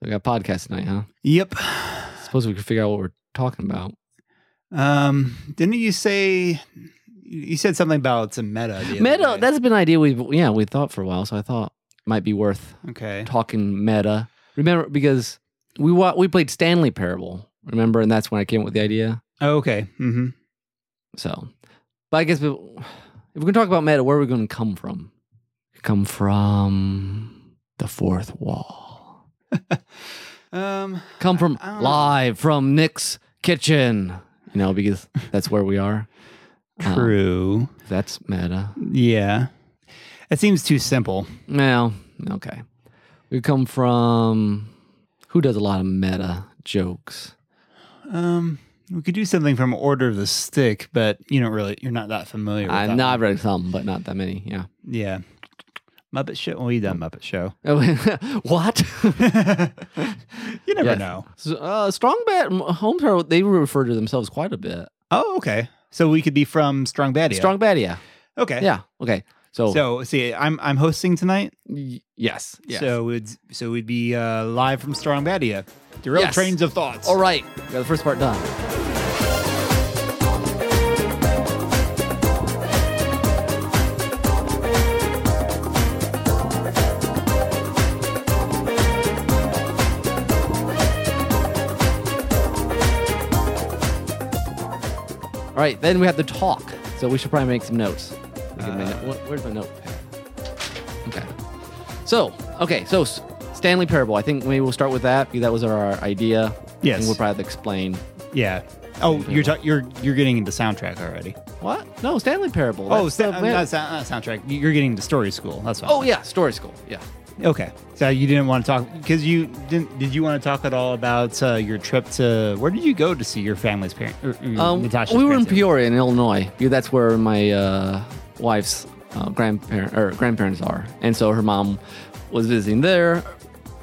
We got a podcast tonight, huh? Yep. Suppose we could figure out what we're talking about. Um, didn't you say you said something about some meta? the other Meta. day. That's been an idea we have yeah we thought for a while, so I thought might be worth okay. talking meta. Remember because we wa- we played Stanley Parable. Remember, and that's when I came up with the idea. Oh, okay. Mm-hmm. So, but I guess we- if we're going to talk about meta, where are we going to come from? Come from the fourth wall. Um, Come from I don't know. live from Nick's kitchen. You know, because that's where we are. Um, true. that's meta. Yeah, that seems too simple. Well, okay. We come from who does a lot of meta jokes. Um, we could do something from Order of the Stick, but you don't really. You're not that familiar. With I that know I've one. read some, but not that many. Yeah. Yeah. Muppet Show. Well, you done Muppet Show. what? you never Yeah. know. So, uh, Strong Bet Home Pro, they refer to themselves quite a bit. Oh, okay. So we could be from Strong Badia. Strong Bet, yeah. Okay. Yeah. Okay. So, So see, I'm I'm hosting tonight. y- yes. yes. So we'd so we'd be uh, live from Strong Badia. Derail Yes. trains of thoughts. all right. Got the first part done. All right, then we have the talk. So we should probably make some notes. We can make- wh- where's my notepad? Okay. So, okay, so S- Stanley Parable. I think maybe we'll start with that because that was our idea. Yes. And we'll probably have to explain. Yeah. Oh, you're ta- you're you're getting into soundtrack already. What? No, Stanley Parable. Oh, That's sa- the- uh, not, sou- not soundtrack. You're getting into story school. That's what oh, yeah, Story School. Yeah. yeah. Okay. So you didn't want to talk because you didn't. Did you want to talk at all about uh, your trip to where did you go to see your family's parent? Or, or Um, Natasha's we were in parents? Peoria, in Illinois. because That's where my uh, wife's uh, grandparent or grandparents are, and so her mom was visiting there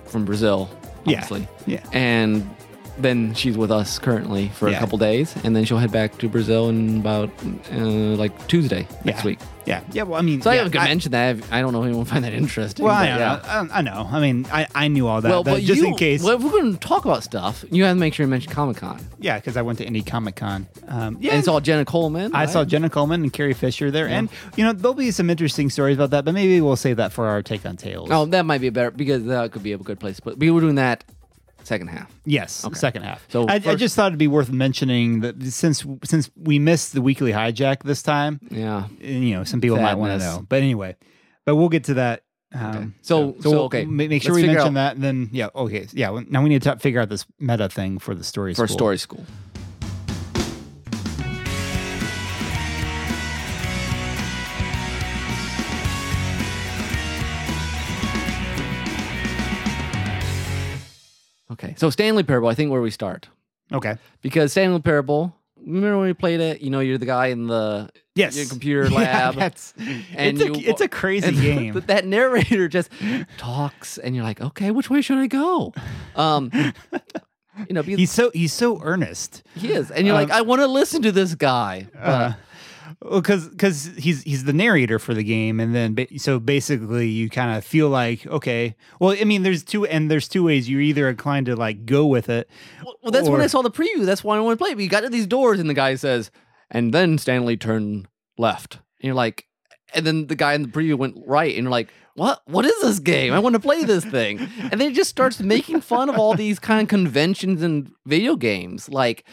from Brazil, Yeah. obviously. Yeah. And then she's with us currently for Yeah. a couple days, and then she'll head back to Brazil in about uh, like Tuesday next yeah. week. Yeah. Yeah. Well, I mean, So I yeah, haven't mentioned that. I've- I don't know if anyone will find that interesting. well, but I, don't yeah. know. I, don't- I know. I mean, I, I knew all that. Well, but, but just you, in case, well, if we're going to talk about stuff, you have to make sure you mention Comic Con. yeah, because I went to Indie Comic Con. Um, yeah, And saw Jenna Coleman. I right? saw Jenna Coleman and Carrie Fisher there, and you know there'll be some interesting stories about that, but maybe we'll save that for our take on tales. Oh, that might be a better because that could be a good place. But we were doing that second half. Yes, second half. So So I, I first- just thought it'd be worth mentioning that since since we missed the weekly hijack this time, Yeah. and, you know, some people might want to Sadness. know. But anyway, but we'll get to that. Um, So- so, we'll okay, ma- make sure let's we figure mention out- that, and then yeah, okay, yeah. well, Now we need to figure out this meta thing for the story. For school. story school. Okay. So Stanley Parable, I think where we start. Okay. Because Stanley Parable, remember when we played it? You know, you're the guy in the Yes. your computer Yeah, lab. that's, and it's, you- a, it's a crazy and game. th- that narrator just talks, and you're like, okay, which way should I go? Um, you know, because he's um, so he's so earnest. he is, and you're like, I want to listen to this guy. Uh, because because he's he's the narrator for the game, and then ba- so basically you kind of feel like okay, well, I mean, there's two and there's two ways. You're either inclined to like go with it. Well, well, that's when I or- saw the preview. That's why I want to play. it. But you got to these doors, and the guy says, and then Stanley turned left. And you're like, and then the guy in the preview went right, and you're like, what? What is this game? I want to play this thing. And then it just starts making fun of all these kind of conventions in video games, like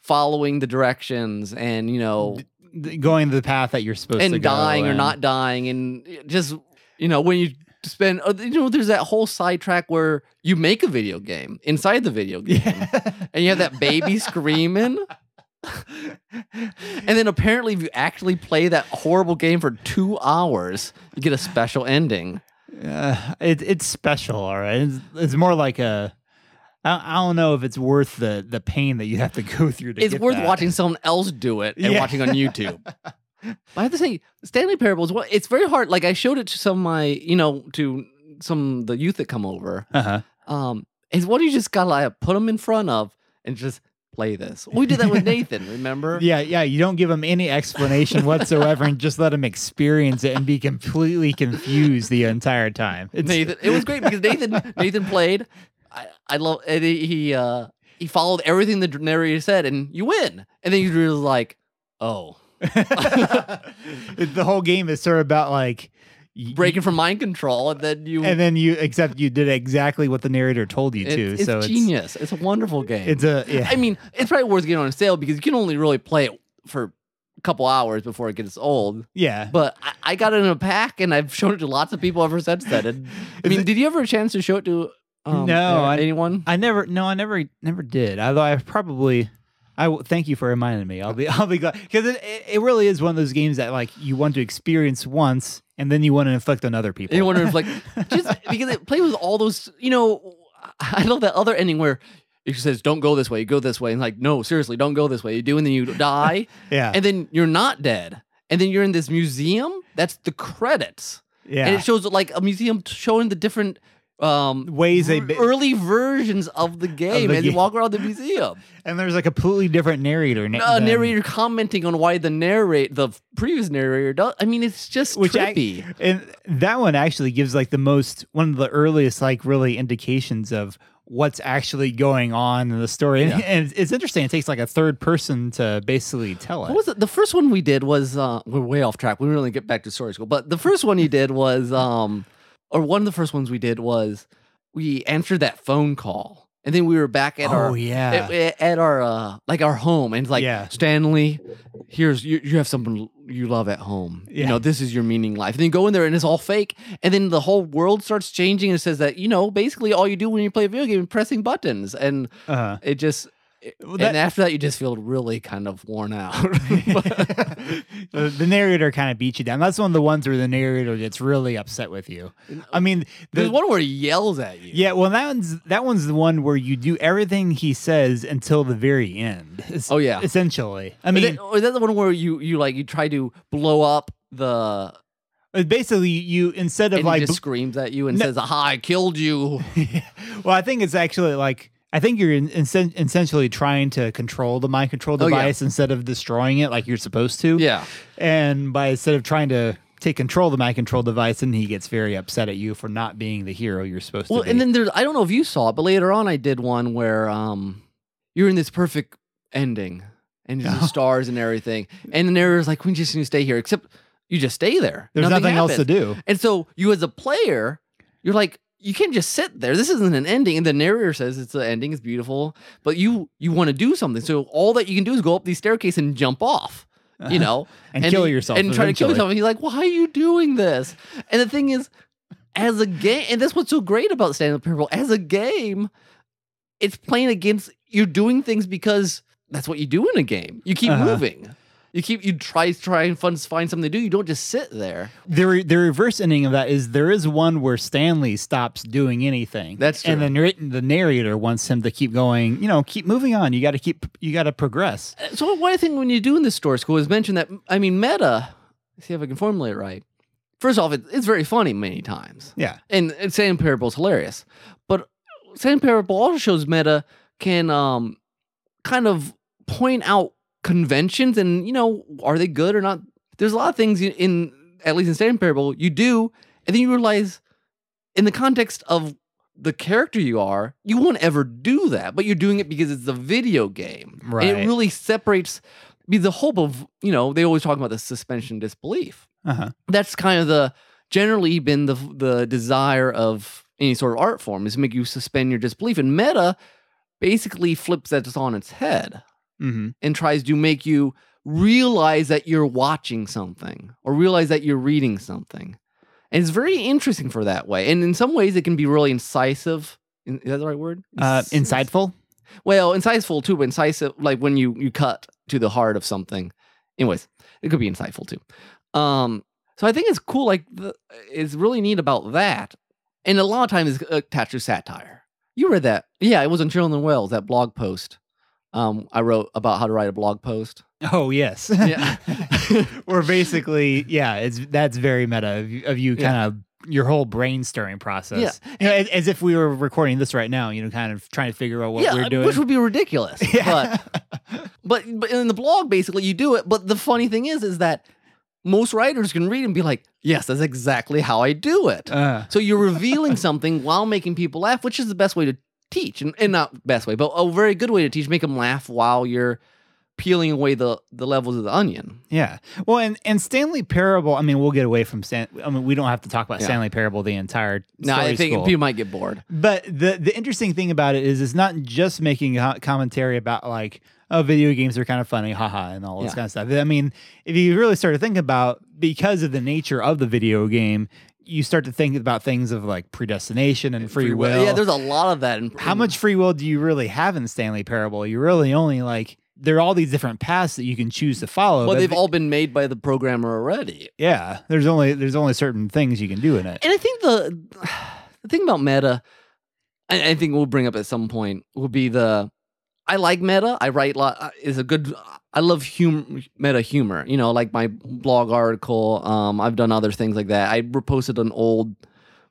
following the directions and you know th- going the path that you're supposed to and go dying or and- not dying and just you know when you spend oh, you know there's that whole sidetrack where you make a video game inside the video game and you have that baby screaming and then apparently if you actually play that horrible game for two hours you get a special ending Uh, it, it's special, all right. It's, it's more like a. I, I don't know if it's worth the the pain that you have to go through to. it's get worth that. watching someone else do it and Yeah. watching on YouTube. But I have to say, Stanley Parable is one. It's very hard. Like I showed it to some of my, you know, to some of the youth that come over. Uh-huh. Um, is what you just gotta like, put them in front of and just play this. We did that with Nathan. Remember? Yeah, yeah. You don't give them any explanation whatsoever, and just let them experience it and be completely confused the entire time. It's, Nathan. It was great because Nathan Nathan played. I, I love and he he, uh, he followed everything the narrator said, and you win. And then you was like, oh, the whole game is sort of about like y- breaking from mind control, and then you. and then you except you did exactly what the narrator told you it- to. it's so genius. It's, a wonderful game. it's it's a yeah. I mean, it's probably worth getting on sale because you can only really play it for a couple hours before it gets old. yeah. But I, I got it in a pack, and I've shown it to lots of people ever since then. And, I Is mean, it- did you ever have a chance to show it to? Um, No, I- anyone. I never no, I never never did. Although I probably I will, thank you for reminding me. I'll be I'll be glad because it, it, it really is one of those games that like you want to experience once and then you want to inflict on other people. And you wonder if like just because it plays with all those you know I love that other ending where it says don't go this way, you go this way, and like, no, seriously, don't go this way. You do and then you die, yeah, and then you're not dead. And then you're in this museum. That's the credits. yeah. And it shows like a museum t- showing the different um Ways they r- ba- early versions of the game the and you game. walk around the museum. and there's a completely different narrator. na- A than- narrator commenting on why the narrate the previous narrator does. I mean, it's just Which I- trippy. and that one actually gives like the most one of the earliest like really indications of what's actually going on in the story. And, Yeah. and it's interesting. It takes like a third person to basically tell What it. was it? The first one we did was uh, we're way off track. We really get back to story school, but the first one you did was, um, or one of the first ones we did was we answered that phone call, and then we were back at oh our yeah. at, at our uh, like our home, and it's like Yeah. Stanley, here's you, you have someone you love at home. You Yeah. know this is your meaning life. And then you go in there and it's all fake, and then the whole world starts changing and it says that you know basically all you do when you play a video game is pressing buttons, and uh-huh. it just. it- Well, that- and after that, you just feel really kind of worn out. the, the narrator kind of beats you down. That's one of the ones where the narrator gets really upset with you. I mean, uh, There's the, one where he yells at you. yeah, well, that one's that one's the one where you do everything he says until the very end. Es- Oh, yeah. essentially. I I mean, mean, is that, or is that the one where you you like you try to blow up the uh, basically, you instead of and he like, just screams at you and No. says, "Aha! I killed you." well, I think it's actually like. I think you're in, in, essentially trying to control the mind control Oh, yeah. device instead of destroying it like you're supposed to. yeah, And by instead of trying to take control of the mind control device, and he gets very upset at you for not being the hero you're supposed Well, to be. and then there's I don't know if you saw it, but later on I did one where um you're in this perfect ending and there's the Oh. stars and everything, and the narrator's like, "We just need to stay here," except you just stay there. there's nothing, else to happens. do. And so you, as a player, you're like, you can't just sit there. This isn't an ending. And the narrator says it's an ending. It's beautiful, but you you want to do something. So all that you can do is go up these staircase and jump off. You know, Uh-huh. And kill yourself and try to kill eventually. yourself. And he's like, why are you doing this? And the thing is, as a game, and that's what's so great about Stand Up Parable. As a game, it's playing against you're doing things because that's what you do in a game. You keep Uh-huh. moving. You keep you try try and fun, find something to do. You don't just sit there. The re- the reverse ending of that is there is one where Stanley stops doing anything. That's And true. the narr- the narrator wants him to keep going. You know, keep moving on. You got to keep. You got to progress. So one thing when you do in this story school is mention that I mean meta. See if I can formulate it right. First off, it, it's very funny many times, Yeah. and, and Sand Parable is hilarious. But Sand Parable also shows meta can um kind of point out conventions and you know are they good or not. There's a lot of things you- in at least in Sand Parable you do, and then you realize in the context of the character you are, you won't ever do that, but you're doing it because it's a video game. And it Right. really separates be the hope of, you know, they always talk about the suspension disbelief. Uh-huh. That's kind of the generally been the the desire of any sort of art form is to make you suspend your disbelief. And meta basically flips that on its head Mm-hmm. and tries to make you realize that you're watching something or realize that you're reading something. And it's very interesting for that way. And in some ways, it can be really incisive. In- Is that the right word? Uh, Incis- insightful. Well, insightful too, but incisive, like when you you cut to the heart of something. Anyways, it could be insightful too. Um, so I think it's cool. Like, the, it's really neat about that. And a lot of times it's attached to satire. You read that? Yeah, it was on Children Wells that blog post. Um, I wrote about how to write a blog post. Oh yes. Yeah. or basically, yeah. It's that's very meta of, you- of you, Yeah. kind of your whole brain stirring process. Yeah. as, as if we were recording this right now. You know, kind of trying to figure out what yeah, we're doing. which would be ridiculous. But but but in the blog basically you do it but the funny thing is is that most writers can read and be like yes that's exactly how i do it uh, so you're revealing something while making people laugh which is the best way to teach, and, and not best way, but a very good way to teach. Make them laugh while you're peeling away the the levels of the onion. Yeah. Well, and and Stanley Parable. I mean, we'll get away from Stan. I mean, we don't have to talk about Yeah. Stanley Parable the entire. Now I story think school. people might get bored. But the the interesting thing about it is, it's not just making a commentary about like, oh, video games are kind of funny, haha, and all this Yeah. kind of stuff. I mean, if you really start to think about because of the nature of the video game, you start to think about things of like predestination and free, will. Yeah, there's a lot of that. In, How much free will do you really have in Stanley Parable? You really only like there are all these different paths that you can choose to follow. Well, but they've the- all been made by the programmer already. yeah. There's only there's only certain things you can do in it. And I think the the thing about meta, I, I think we'll bring up at some point, will be the I like meta. I write lot is a good. I love hum, meta humor. You know, like my blog article. Um, I've done other things like that. I reposted an old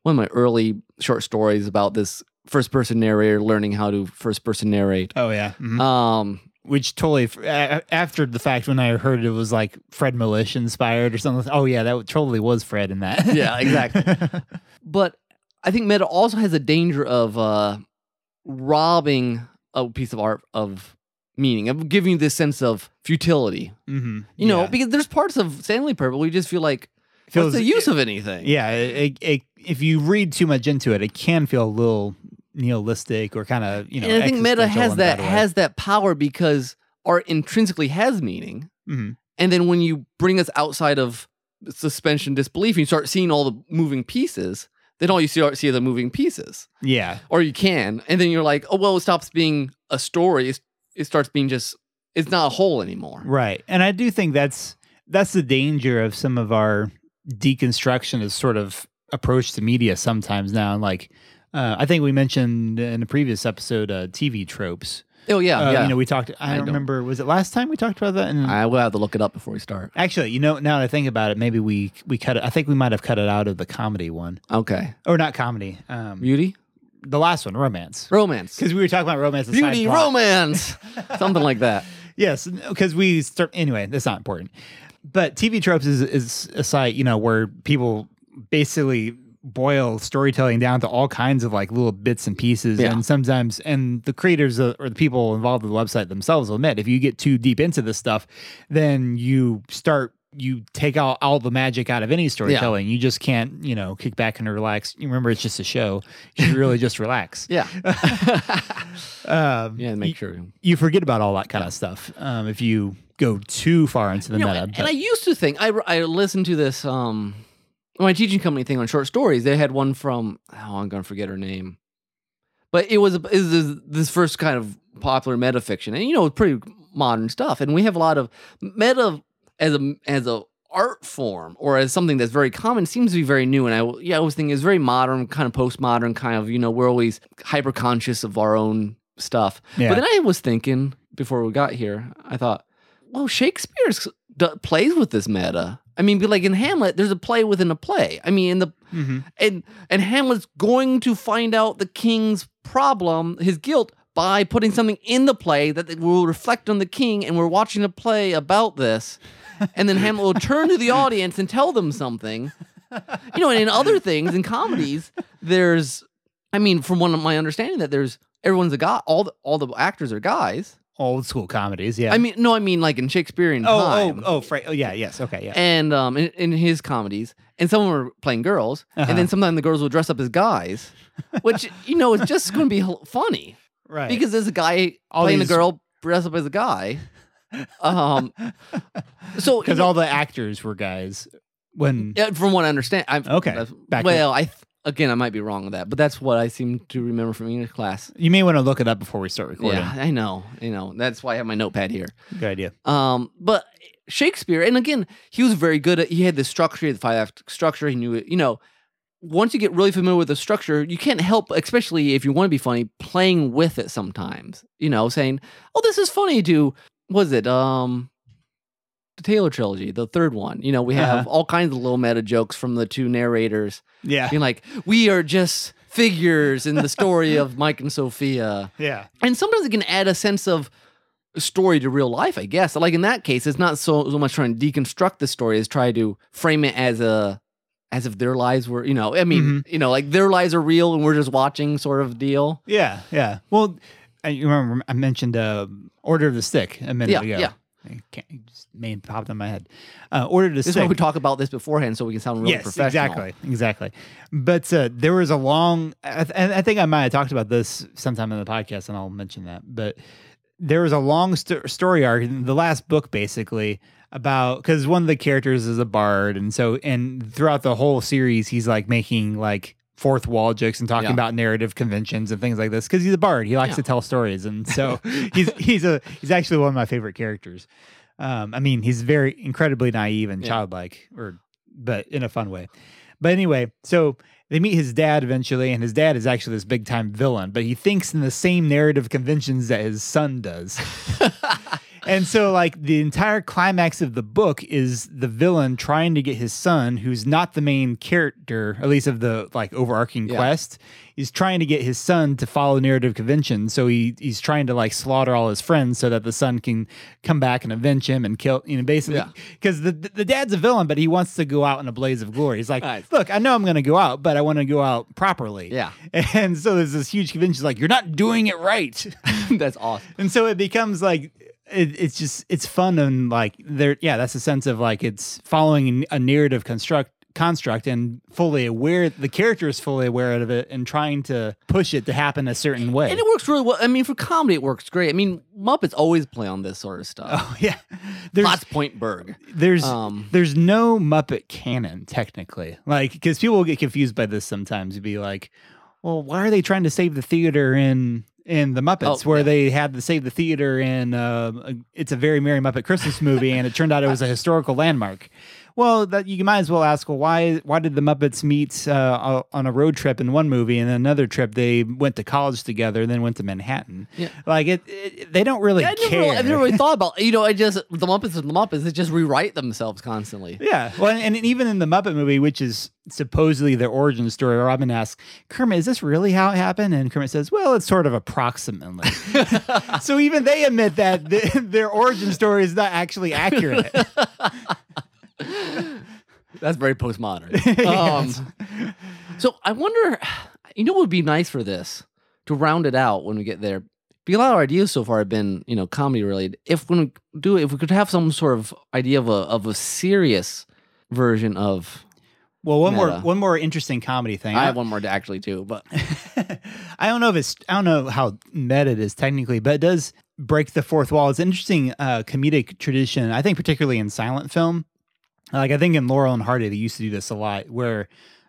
one of my early short stories about this first person narrator learning how to first person narrate. Oh yeah. Mhm. Um, which totally f- a- after the fact when I heard it was like Fred Milish inspired or something. Oh yeah, that w- totally was Fred in that. Yeah, exactly. but I think meta also has a danger of uh, robbing a piece of art of meaning, of giving you this sense of futility. mm-hmm. You know, because there's parts of Stanley Parable where you just feel like, what's the use of anything? Yeah, it, it, it- if you read too much into it, it can feel a little nihilistic or kind of you know. and I think meta existential has in that way. has that power because art intrinsically has meaning. Mhm. And then when you bring us outside of suspension disbelief, and you start seeing all the moving pieces. Then all you see are see are the moving pieces. yeah, or you can, and then you're like, oh well, it stops being a story. It's, it starts being just it's not a whole anymore. right. And I do think that's that's the danger of some of our deconstructionist sort of approach to media sometimes now. And like, uh, I think we mentioned in a previous episode, uh, TV tropes. Oh yeah, Uh, yeah. You know, we talked. I, I don't don't- remember. Was it last time we talked about that? And I will have to look it up before we start. actually, you know, now that I think about it, maybe we we cut it. I think we might have cut it out of the comedy one, Okay, or not comedy. Um, beauty, the last one, romance, romance, because we were talking about romance. and side beauty, plot. romance, something like that. Yes, because we start anyway. That's not important. But TV tropes is is a site you know where people basically boil storytelling down to all kinds of like little bits and pieces, Yeah. and sometimes and the creators uh, or the people involved with the website themselves will admit if you get too deep into this stuff, then you start. You take out all the magic out of any storytelling. You just can't, you know, kick back and relax. You remember, it's just a show. You should really just relax. Yeah, Um, yeah. Make sure. you forget about all that kind of stuff um, if you go too far into the You know, meta. and, but- I used to think I I listened to this um my teaching company thing on short stories. They had one from oh I'm gonna forget her name, but it was is this, this first kind of popular meta fiction, and you know it's pretty modern stuff. And we have a lot of meta as a as a art form or as something that's very common seems to be very new. And I yeah I always think it's very modern, kind of postmodern, kind of you know we're always hyper conscious of our own stuff. yeah. But then I was thinking before we got here, I thought, well, Shakespeare d- plays with this meta. I mean, be like in Hamlet, there's a play within a play. I mean, in the Mhm. and and Hamlet's going to find out the king's problem, his guilt, by putting something in the play that will reflect on the king. And we're watching a play about this, and then Hamlet will turn to the audience and tell them something. You know, and in other things, in comedies, there's, I mean, from one of my understanding, that there's everyone's a guy. All the, all the actors are guys. old school comedies. Yeah. I mean, no, I mean like in Shakespearean oh, time oh, oh, Fra- oh, yeah, yes, okay, yeah, and um in, in his comedies and some of them were playing girls Uh-huh. and then sometimes the girls will dress up as guys which you know is just going to be hel- funny right. because there's a guy All playing these- a girl dressed up as a guy um so you because know, all the actors were guys. When yeah, from what i understand i'm Okay, that's- back well i th- again i might be wrong with that but that's what i seem to remember from english class you may want to look it up before we start recording. yeah i know you know that's why i have my notepad here Good idea. Um, but Shakespeare, and again, he was very good at. He had the structure, the five act structure. He knew it. You know, once you get really familiar with the structure, you can't help, especially if you want to be funny, playing with it sometimes. You know, saying, "Oh, this is funny." To was it um, the Taylor trilogy, the third one. You know, we have Uh-huh. all kinds of little meta jokes from the two narrators, Yeah, being like, "We are just figures in the story of Mike and Sophia." yeah, and sometimes it can add a sense of story to real life i guess like in that case it's not so, so much trying to deconstruct the story as try to frame it as a as if their lives were, you know, I mean, Mm-hmm. you know, like their lives are real and we're just watching sort of deal. Yeah, yeah. Well, I you remember I mentioned uh, Order of the Stick a minute Yeah, ago. yeah. I can't, it just may have popped in my head. Uh, Order of the This is Stick. why we talk about this beforehand so we can sound really yes, professional. exactly, exactly. But uh, there was a long, I th- and I think I might have talked about this sometime in the podcast, and I'll mention that. But there was a long st- story arc, in the last book basically about because one of the characters is a bard, and so and throughout the whole series, he's like making like fourth wall jokes and talking Yeah. about narrative conventions and things like this because he's a bard. He likes Yeah. to tell stories, and so he's he's a he's actually one of my favorite characters. Um, I mean, he's very incredibly naive and Yeah. childlike, or but in a fun way. But anyway, so they meet his dad eventually, and his dad is actually this big time villain, but he thinks in the same narrative conventions that his son does. and so, like, the entire climax of the book is the villain trying to get his son, who's not the main character, at least of the like overarching Yeah. quest, is trying to get his son to follow narrative convention. So he he's trying to like slaughter all his friends so that the son can come back and avenge him and kill, you know, basically Yeah. because the, the the dad's a villain, but he wants to go out in a blaze of glory. He's like, Nice. look, I know I'm going to go out, but I want to go out properly. Yeah. And so there's this huge convention. He's like, you're not doing it right. That's awesome. and so it becomes like, it, it's just, it's fun. And like there, yeah, that's a sense of like, it's following a narrative construct construct and fully aware the character is fully aware of it and trying to push it to happen a certain way And it works really well. I mean, for comedy, it works great. I mean, Muppets always play on this sort of stuff. oh yeah there's Plots Point Berg. there's Um, there's no Muppet canon technically, like because people will get confused by this sometimes. You'd be like, well, why are they trying to save the theater in in the Muppets, Oh, where yeah. they had to save the theater in uh, a- it's a very merry Muppet Christmas movie, and it turned out it was a historical landmark. Well, that you might as well ask, well, why why did the Muppets meet uh, on a road trip in one movie, and another trip they went to college together, and then went to Manhattan? Yeah. Like it, it, they don't really I never, care. really- I've never really thought about you know. I just the Muppets and the Muppets. They just rewrite themselves constantly. Yeah. Well, and, and even in the Muppet movie, which is supposedly their origin story, Robin asks, Kermit, is this really how it happened? And Kermit says, well, it's sort of approximately. so even they admit that th- their origin story is not actually accurate. That's very postmodern. um, so I wonder, you know, what would be nice for this to round it out when we get there. Because a lot of our ideas so far have been, you know, comedy related. If when we do, it, if we could have some sort of idea of a of a serious version of, Well, one more Meta. one more interesting comedy thing. I have one more to actually do, but I don't know if it's I don't know how meta it is technically, but it does break the fourth wall. It's an interesting uh, comedic tradition, I think, particularly in silent film. Like I think in Laurel and Hardy, they used to do this a lot, where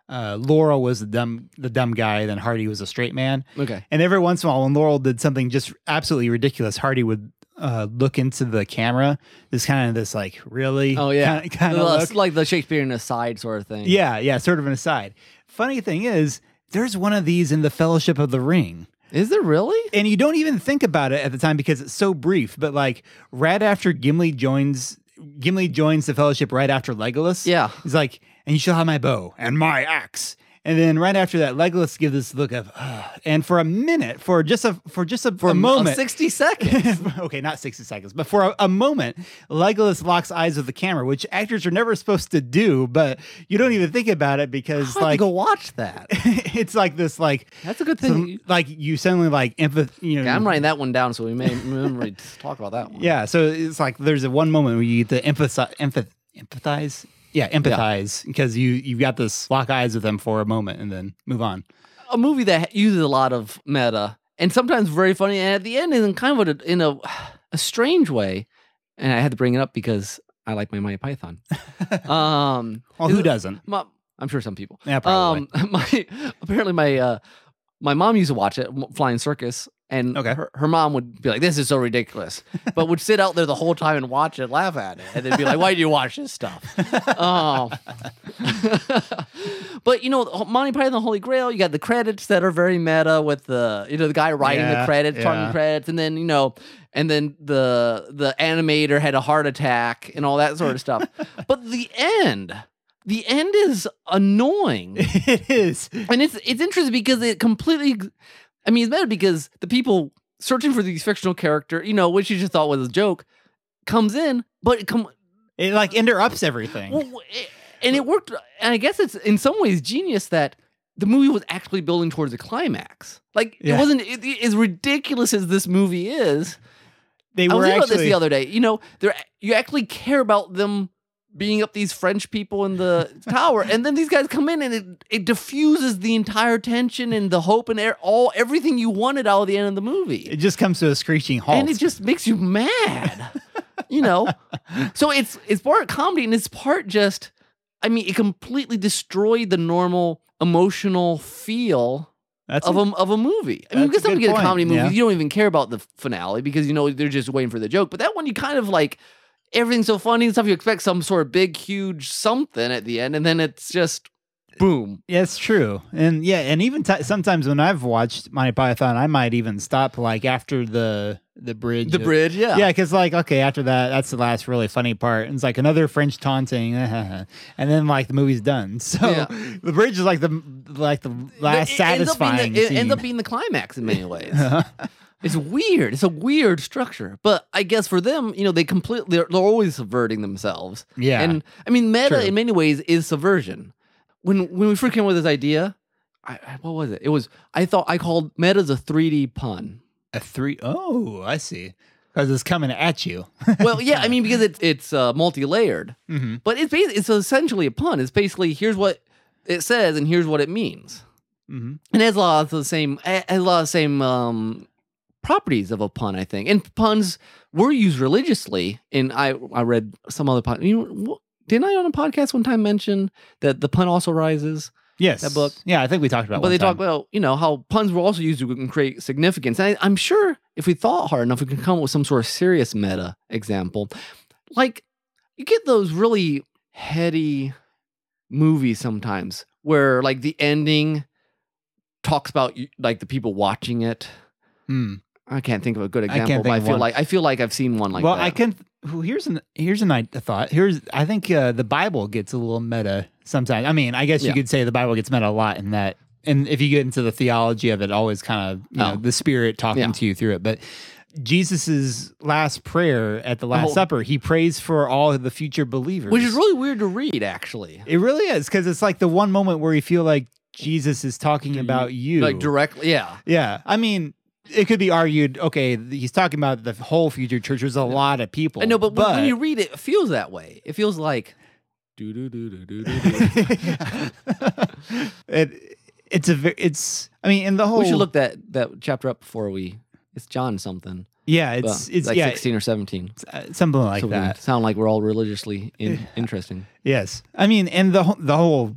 uh, Laurel was the dumb the dumb guy, then Hardy was a straight man, okay, and every once in a while, when Laurel did something just absolutely ridiculous, Hardy would. Uh, look into the camera. This kind of this like really oh yeah, kind, kind of Well, look. it's like the Shakespearean aside sort of thing. Yeah, yeah, sort of an aside. Funny thing is, there's one of these in the Fellowship of the Ring. is there really? And you don't even think about it at the time because it's so brief, but like right after Gimli joins Gimli joins the fellowship right after Legolas. Yeah. He's like, and you shall have my bow and my axe. And then right after that, Legolas gives this look of "Ugh." and for a minute, for just a for just a, for a m- moment. sixty seconds. okay, not 60 seconds, but for a, a moment, Legolas locks eyes with the camera, which actors are never supposed to do, but you don't even think about it because I have to like go watch that. it's like this like That's a good some- thing. like you suddenly like empathy, you know. Yeah, I'm writing that one down so we may remember to talk about that one. Yeah, so it's like there's a one moment where you get to empathize, empath, empathize. Yeah, empathize because you you got this lock eyes with them for a moment and then move on. A movie that uses a lot of meta and sometimes very funny, and at the end in kind of a, in a a strange way. And I had to bring it up because I like my Monty Python. Um, Well, who doesn't? my- I'm sure some people. Yeah, probably. Um, my apparently my uh, my mom used to watch it, M- Flying Circus, and Okay. her, her mom would be like, "This is so ridiculous," but would sit out there the whole time and watch it, laugh at it, and then be like, "Why do you watch this stuff?" um, but you know, Monty Python and the Holy Grail. You got the credits that are very meta with the you know the guy writing Yeah, the credits, talking yeah. credits, and then you know, and then the the animator had a heart attack and all that sort of stuff. but the end. The end is annoying it is. and it's it's interesting because it completely i mean it's meta because the people searching for these fictional character you know which you just thought was a joke comes in but it come It like interrupts everything. well, it, and it worked. And I guess it's in some ways genius that the movie was actually building towards a climax. Like Yeah. it wasn't it, it- as ridiculous as this movie is. I They were was thinking about this actually the other day. You know, they're you actually care about them beating up these French people in the tower, and then these guys come in and it, it diffuses the entire tension and the hope and air, all everything you wanted out of the end of the movie it just comes to a screeching halt. and it just makes you mad you know so it's it's part comedy and it's part just i mean it completely destroyed the normal emotional feel That's of a, of a movie i mean that's a because some good get a point, comedy movie yeah. you don't even care about the finale because you know they're just waiting for the joke but that one you kind of like everything's so funny and stuff you expect some sort of big huge something at the end and then it's just boom Yeah, it's true, and yeah, and even t- sometimes when I've watched Monty Python, I might even stop like after the the bridge. the of- bridge yeah Yeah, because like okay, after that, that's the last really funny part, and it's like another French taunting, and then like the movie's done. So Yeah. the bridge is like the like the last It ends up being the- satisfying it scene. ends up being the climax in many ways It's weird. It's a weird structure. But I guess for them, you know, they completely they're, they're always subverting themselves. yeah, And I mean, meta True. in many ways is subversion. When when we first came up with this idea, I, I- what was it? It was I thought I called meta's a 3D pun. a three oh I see, because it's coming at you. Well, yeah, I mean because it's it's uh, multi layered, mm-hmm. but it's basi- it's essentially a pun. It's basically here's what it says and here's what it means. Mm-hmm. And it has a lot of the same it has a lot of the same um, properties of a pun, I think. And puns were used religiously. And I I read some other pun. You know, wh- didn't I on a podcast one time mention that the pun also rises? Yes, That book. Yeah, I think we talked about. but one they time. talk about you know how puns were also used to create significance. And I, I'm sure if we thought hard enough, we could come up with some sort of serious meta example. Like you get those really heady movies sometimes where like the ending talks about like the people watching it. Mm. I can't think of a good can't example, but think I of feel one. like I feel like I've seen one like well, that. I can. who- Here's an here's an I thought. Here's I think uh, the Bible gets a little meta sometimes. I mean, I guess you Yeah. could say the Bible gets meta a lot in that. And if you get into the theology of it, always kind of you Oh. know the Spirit talking Yeah. to you through it. But Jesus's last prayer at the Last Oh. Supper, he prays for all of the future believers, which is really weird to read, actually. it really is because it's like the one moment where you feel like Jesus is talking Do you- about you, Mm-hmm. Like directly, yeah. yeah, I mean, it could be argued. Okay, th- he's talking about the whole future church. There's a lot of people. I know, but, when- when you read it, it feels that way. It feels like do do do do do do. do. it it's a ve- it's. I mean, in the whole We should look that that chapter up before we. It's John something. Yeah, Well, it's it's like yeah, sixteen or seventeen. it's, uh, something like so we that. sound like we're all religiously in, interesting. Yes, I mean, and the whole- the whole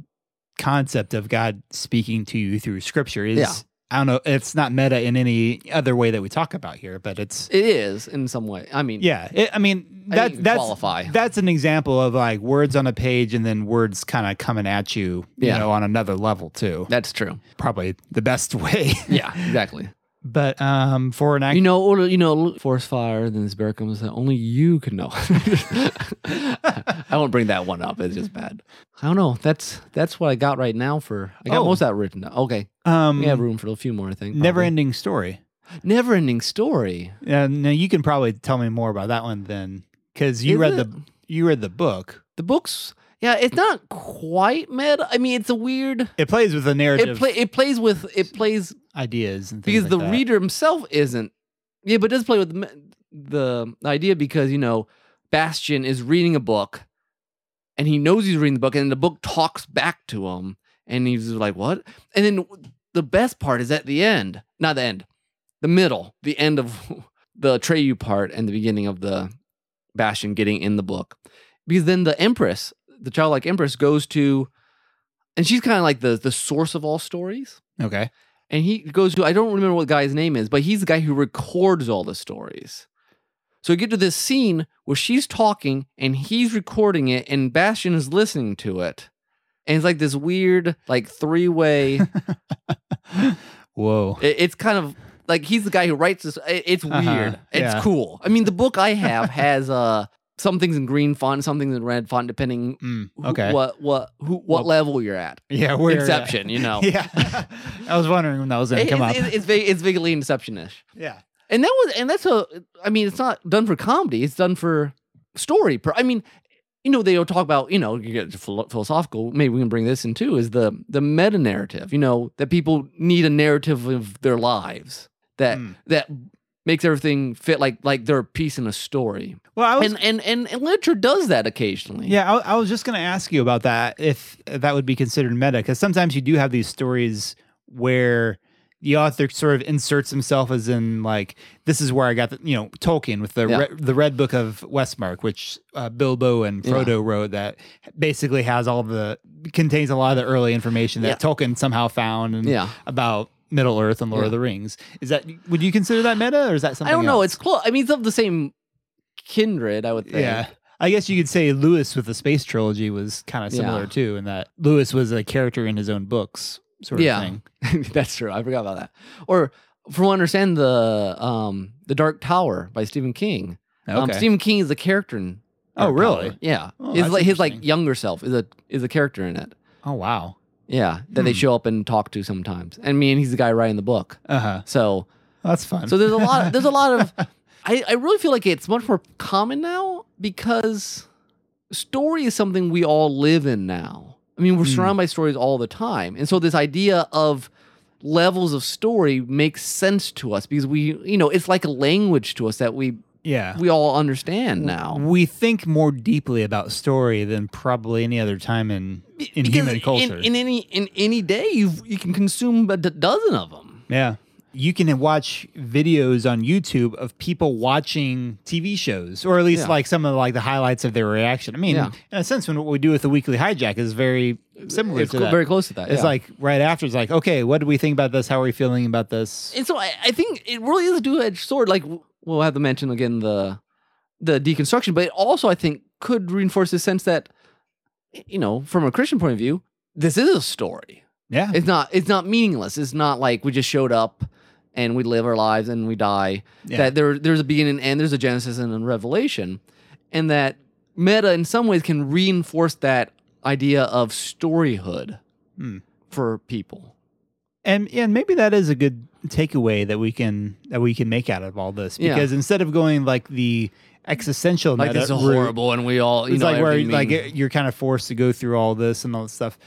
concept of God speaking to you through Scripture is. Yeah. I don't know. It's not meta in any other way that we talk about here, but it's It is in some way. I mean, Yeah, it, I mean I that think you that's qualify. that's an example of like words on a page and then words kind of coming at you, you Yeah. know, on another level too. that's true. Probably the best way. Yeah, exactly. but um, for an act, You know, or, you know, forest fire. Then this bear comes that only you can know. I won't bring that one up. It's just bad. I don't know. That's that's what I got right now. For I got Oh. most of that written. down. Okay, um, we have room for a few more. I think. never probably. ending story. never ending story. Uh, now you can probably tell me more about that one then, because you Is read it? the you read the book. The books. Yeah, it's not quite meta. I mean, it's a weird. It plays with the It narrative play. It plays with. It plays ideas and things because like the that. reader himself isn't. Yeah, but it does play with the, me- the idea because you know Bastion is reading a book, and he knows he's reading the book, and the book talks back to him, and he's like, "What?" And then the best part is at the end, not the end, the middle, the end of the Treyu part, and the beginning of the Bastion getting in the book, because then the Empress, the childlike Empress, goes to, and she's kind of like the the source of all stories Okay, and he goes to I don't remember what guy's name is, but he's the guy who records all the stories. So we get to this scene where she's talking and he's recording it, and Bastion is listening to it, and it's like this weird like three way. it, whoa, it's kind of like he's the guy who writes this. It, it's Uh-huh, weird. yeah. It's cool. I mean, the book I have has uh some things in green font, some things in red font, depending. Mm, who- okay, What what who what Well, level you're at? yeah, where uh, Inception, you know. Yeah, I was wondering when that was going It- to come up. it's, it's, it's, vague- it's vaguely inception-ish. yeah. and that was and that's a i mean it's not done for comedy it's done for story per, i mean you know, they'll talk about, you know, you get philo- philosophical, maybe we can bring this in too, is the the meta narrative, you know, that people need a narrative of their lives that Mm. that makes everything fit like like they're a piece in a story. Well, I was And and and, and literature does that occasionally. Oh, Yeah, I, I was just going to ask you about that if that would be considered meta, because sometimes you do have these stories where the author sort of inserts himself as in like this is where I got the you know Tolkien with the Yeah. re- the Red Book of Westmark, which uh, Bilbo and Yeah. Frodo wrote that basically has all the contains a lot of the early information that Tolkien somehow found and Yeah. about Middle Earth and Lord Yeah. of the Rings. Is that would you consider that meta or is that something? I don't know. else? It's close. I mean, it's of the same kindred, I would think. Yeah. I guess you could say Lewis with the space trilogy was kind of similar Yeah. too, in that Lewis was a character in his own books, sort of Yeah. thing. That's true. I forgot about that. Or from what I understand, the um the Dark Tower by Stephen King. Um, Stephen King is a character in. Oh, Dark really? Tower. Yeah. Oh, his that's like his like interesting. younger self is a is a character in it. oh wow. Yeah, that they Hmm. show up and talk to sometimes. And me and he's the guy writing the book. Uh huh. So That's fun. so there's a lot there's a lot of I, I really feel like it's much more common now because story is something we all live in now. I mean, we're Mm. surrounded by stories all the time. And so this idea of levels of story makes sense to us because we you know, it's like a language to us that we yeah. we all understand now. we think more deeply about story than probably any other time in in Because human culture. In, any in any day you you can consume a d- dozen of them. yeah. You can watch videos on YouTube of people watching TV shows, or at least Yeah. like some of like the highlights of their reaction. I mean, Yeah. in a sense, when what we do with the weekly hijack is very similar It's to cl- that. very close to that. It's yeah. like right after. It's like, okay, what do we think about this? How are we feeling about this? and so I, I think it really is a two-edged sword. Like w- we'll have to mention again the the deconstruction, but it also I think could reinforce the sense that you know, from a Christian point of view, this is a story. Yeah, It's not it's not meaningless. It's not like we just showed up and we live our lives and we die. Yeah. That there there's a beginning and end, there's a Genesis and a Revelation, and that meta in some ways can reinforce that idea of storyhood Hmm. for people. and and maybe that is a good takeaway that we can that we can make out of all this Yeah. because instead of going like the existential Like meta this is route, horrible, and we all you it's know like where everything like means- you're kind of forced to go through all this and all this stuff.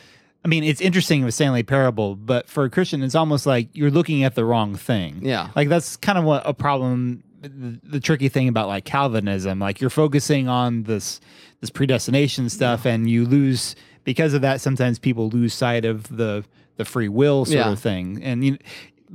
I mean, it's interesting with Stanley Parable, but for a Christian, it's almost like you're looking at the wrong thing. Yeah. like that's kind of what a problem the, the tricky thing about like calvinism like you're focusing on this this predestination stuff and you lose because of that sometimes people lose sight of the the free will sort Yeah. of thing and you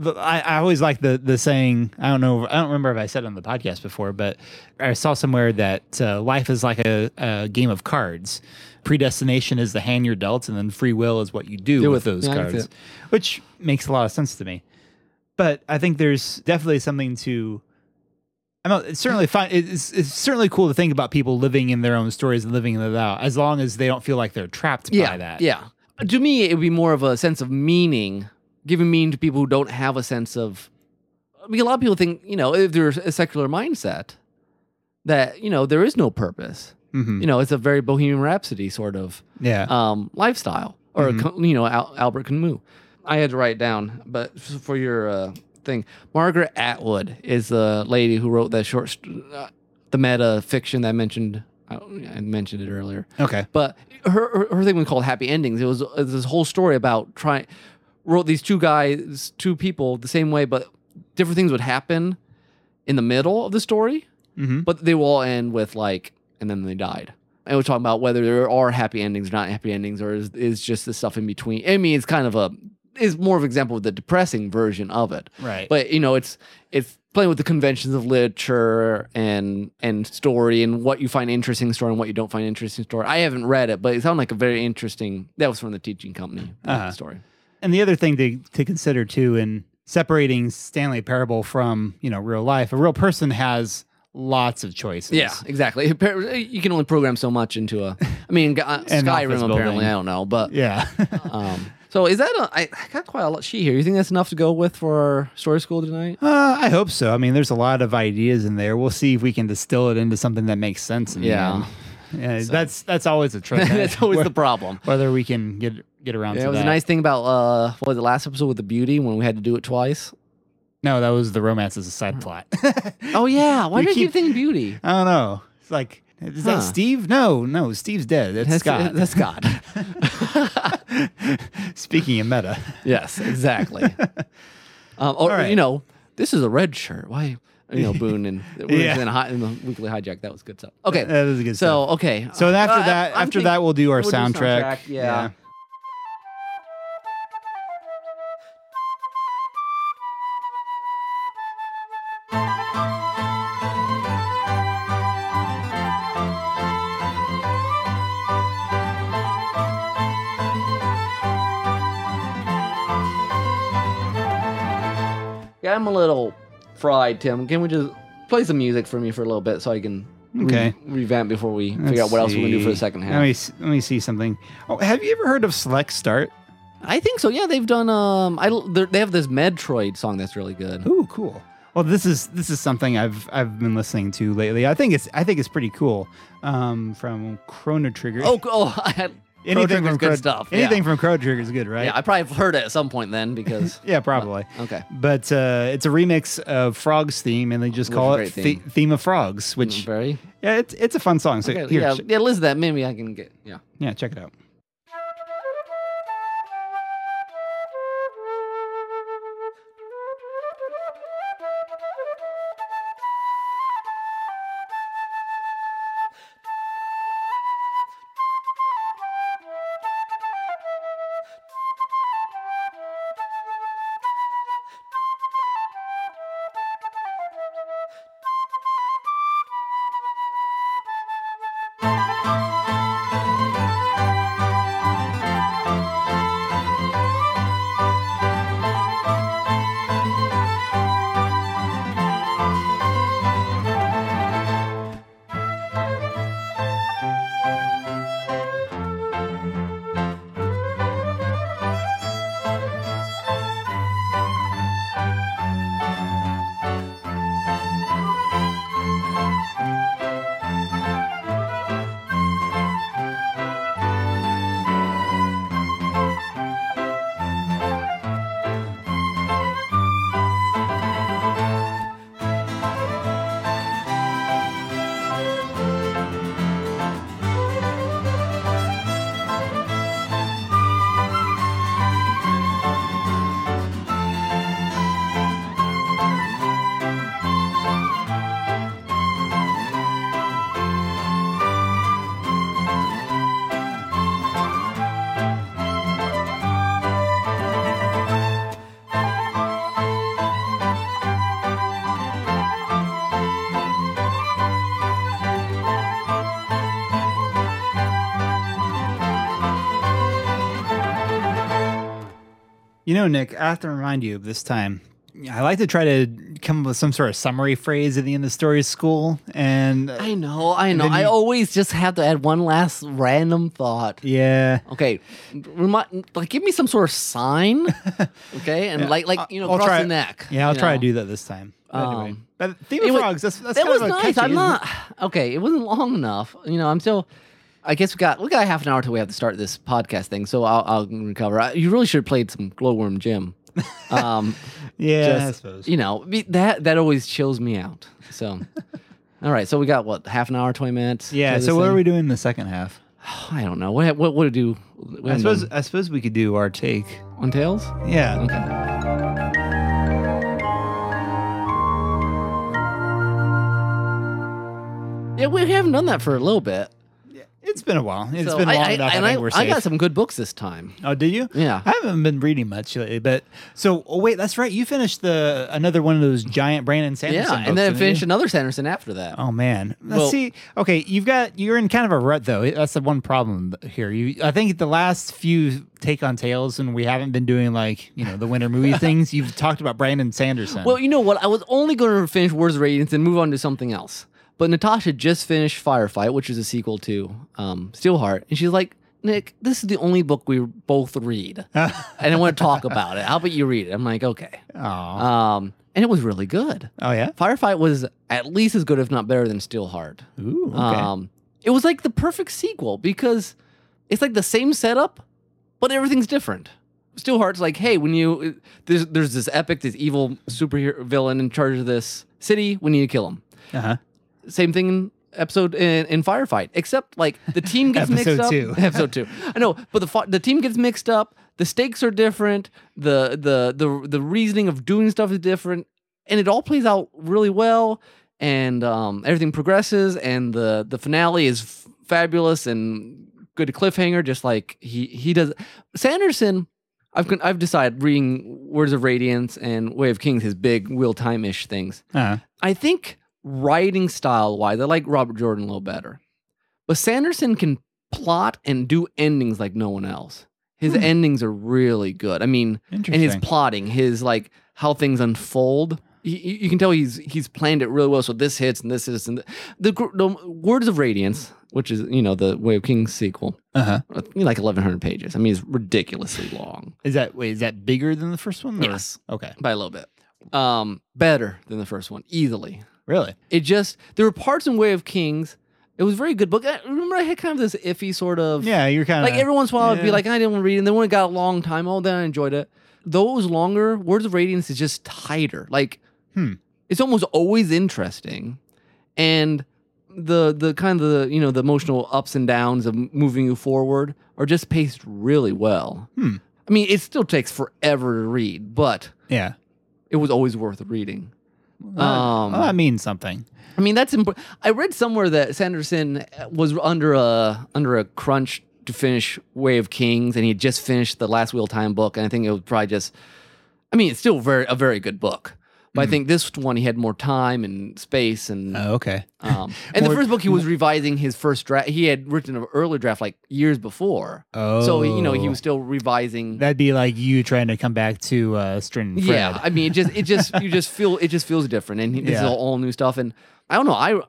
the, I, I always like the the saying I don't know I don't remember if I said it on the podcast before but I saw somewhere that uh, life is like a, a game of cards predestination is the hand you're dealt and then free will is what you do, with with it. those Yeah, I can see cards it. which makes a lot of sense to me but I think there's definitely something to. I know it's certainly fine. It's, it's certainly cool to think about people living in their own stories and living it out, as long as they don't feel like they're trapped by that. Yeah. To me, it would be more of a sense of meaning, giving meaning to people who don't have a sense of. I mean, a lot of people think, you know, if there's a secular mindset, that, you know, there is no purpose. Mhm. You know, it's a very Bohemian Rhapsody sort of yeah. um, lifestyle, or, Mm-hmm. you know, Al- Albert Camus. I had to write down, but f- for your uh, thing, Margaret Atwood is the lady who wrote that short, st- uh, the meta fiction that I mentioned. I, I mentioned it earlier. okay. But her her, her thing was called Happy Endings. It was, it was this whole story about trying wrote these two guys, two people the same way, but different things would happen in the middle of the story, Mm-hmm. but they will all end with like, and then they died. And we're talking about whether there are happy endings or not happy endings, or is, is just the stuff in between. I mean, it's kind of a is more of an example of the depressing version of it Right. but you know it's it's playing with the conventions of literature and and story and what you find interesting story and what you don't find interesting story i haven't read it but it sounded like a very interesting that was from the teaching company Uh-huh. story and the other thing to to consider too in separating Stanley Parable from you know real life, a real person has lots of choices. yeah exactly Appar- you can only program so much into a i mean uh, skyrim An office apparently building. i don't know but Yeah. um so is that a, I, I got quite a lot sheet here you think that's enough to go with for our story school tonight Uh, I hope so. I mean, there's a lot of ideas in there. We'll see if we can distill it into something that makes sense. in the Yeah. end. yeah. That's that's always a trick. that's always the problem whether we can get get around yeah, to it was that. a nice thing about uh what was the last episode with the beauty when we had to do it twice no, Mm-hmm. that was the romance as a side plot. I oh yeah why You did i keep keep- thinking beauty don't know. It's like Is Huh. that Steve? No, no, Steve's dead. That's, Scott. That's God. Speaking of meta, yes, exactly. um, or All right. you know, this is a red shirt. Why? You know, Boone and Yeah. in, hi- in the weekly hijack. That was good stuff. Okay, that is a good. so okay. So then after Uh, that, I'm after thinking- that, we'll do our we'll do soundtrack. soundtrack, yeah. yeah, I'm a little fried, Tim. Can we just play some music for me for a little bit so I can re- Okay. revamp before we Let's figure out what else we're gonna do for the see. second half? Let me s- let me see something. Oh, have you ever heard of Select Start? I think so. Yeah, they've done. Um, I l- they're- they have this Medtroid song that's really good. Ooh, cool. Well, this is this is something I've I've been listening to lately. I think it's I think it's pretty cool. Um, from Chrono Trigger. Oh, c- oh, I had Pro Trigger's good Chrono- stuff. yeah. Anything from Chrono Trigger is good, right? Yeah, I probably have heard it at some point then because. Yeah, probably. okay. But uh, it's a remix of Frogs theme, and they just Which call is a great it the- theme. theme of Frogs, which Mm, Very. yeah, it's it's a fun song. So Okay, here, yeah, ch- yeah, listen to that. Maybe I can get. Yeah. yeah, check it out. You know, Nick, I have to remind you of this time. I like to try to come up with some sort of summary phrase at the end of stories school, and uh, I know. I know. then I you- always just have to add one last random thought. yeah, Okay, remi- like give me some sort of sign, okay, and like like you know I'll cross try- the neck. yeah, I'll you try know? to do that this time. But anyway, Um, but theme it of was- frogs. That's that's that kind was of a nice. catchy, I'm isn't it? not okay. It wasn't long enough. You know, I'm still. I guess we got we got half an hour till we have to start this podcast thing, so I'll, I'll recover. I, you really should have played some glowworm Jim. Um, Yeah, I just, suppose. You know be- that that always chills me out. So, all right. So we got what half an hour, twenty minutes. Yeah. to this So what are thing? we doing in the second half? I don't know. What what would do? we I haven't suppose done- I suppose we could do our take. on tails. Yeah. Okay. Yeah, we haven't done that for a little bit. It's been a while. It's So been I- long I- enough. I, and think we're safe. got some good books this time. oh, did you? Yeah. I haven't been reading much lately, but so oh wait, that's right. You finished the another one of those giant Brandon Sanderson. yeah, books, and then didn't finished you? another Sanderson after that. Oh man. Let's Well- see. Okay, you've got you're in kind of a rut though. That's the one problem here. You I think the last few take on tales and we haven't been doing like, you know, the winter movie things. You've talked about Brandon Sanderson. Well, you know what? I was only going to finish Wars of Radiance and move on to something else. But Natasha just finished Firefight, which is a sequel to um, Steelheart, and she's like, "Nick, this is the only book we both read, and I want to talk about it. How about you read it?" I'm like, "Okay." Aw. Um, and it was really good. oh yeah. Firefight was at least as good, if not better, than Steelheart. Ooh, okay. Um, it was like the perfect sequel because it's like the same setup, but everything's different. Steelheart's like, hey, when you uh, there's there's this epic, this evil superhero villain in charge of this city, we need to kill him. uh-huh. Same thing in episode in, in Firefight, except like the team gets mixed Episode up. two. Episode two. I know, but the fi- the team gets mixed up. The stakes are different. The the the the reasoning of doing stuff is different, and it all plays out really well. And um, everything progresses, and the the finale is f- fabulous and good cliffhanger. Just like he he does. Sanderson. I've, con- I've decided reading Words of Radiance and Way of Kings, his big will time ish things. Uh, I think writing style wise, I like Robert Jordan a little better. But Sanderson can plot and do endings like no one else. His Hmm. endings are really good. I mean, and interesting. his plotting, his like how things unfold. You, you can tell he's he's planned it really well. So this hits and this hits and th- the, gr- the Words of Radiance, which is you know the Way of Kings sequel, uh-huh. I think like eleven hundred pages. I mean, it's ridiculously long Is that wait? Is that bigger than the first one? or- Yes. Okay. by a little bit. Um, better than the first one, easily. Really? It just there were parts in Way of Kings. It was a very good book. I remember I had kind of this iffy sort of Yeah, you're kind of like every once in a while I'd be yeah. like I didn't want to read, it. and then when it got a long time, oh then I enjoyed it. Though it was longer, Words of Radiance is just tighter. Like Hmm. it's almost always interesting, and the the kind of the you know the emotional ups and downs of moving you forward are just paced really well. Hmm. I mean, it still takes forever to read, but yeah. it was always worth reading. Um, Um, that means something. I mean, that's important. I read somewhere that Sanderson uh, was under a under a crunch to finish Way of Kings, and he had just finished the Last Wheel of Time book, and I think it was probably just. I mean, it's still very a very good book, but I Mhm. think this one he had more time and space, and Oh, okay. um, and the More- first book he was revising his first draft. He had written an earlier draft like years before, Oh, so you know he was still revising. That'd be like you trying to come back to uh, Strin. Fred. Yeah, I mean, it just it just you just feel it just feels different, and this is Yeah. all, all new stuff. And I don't know, I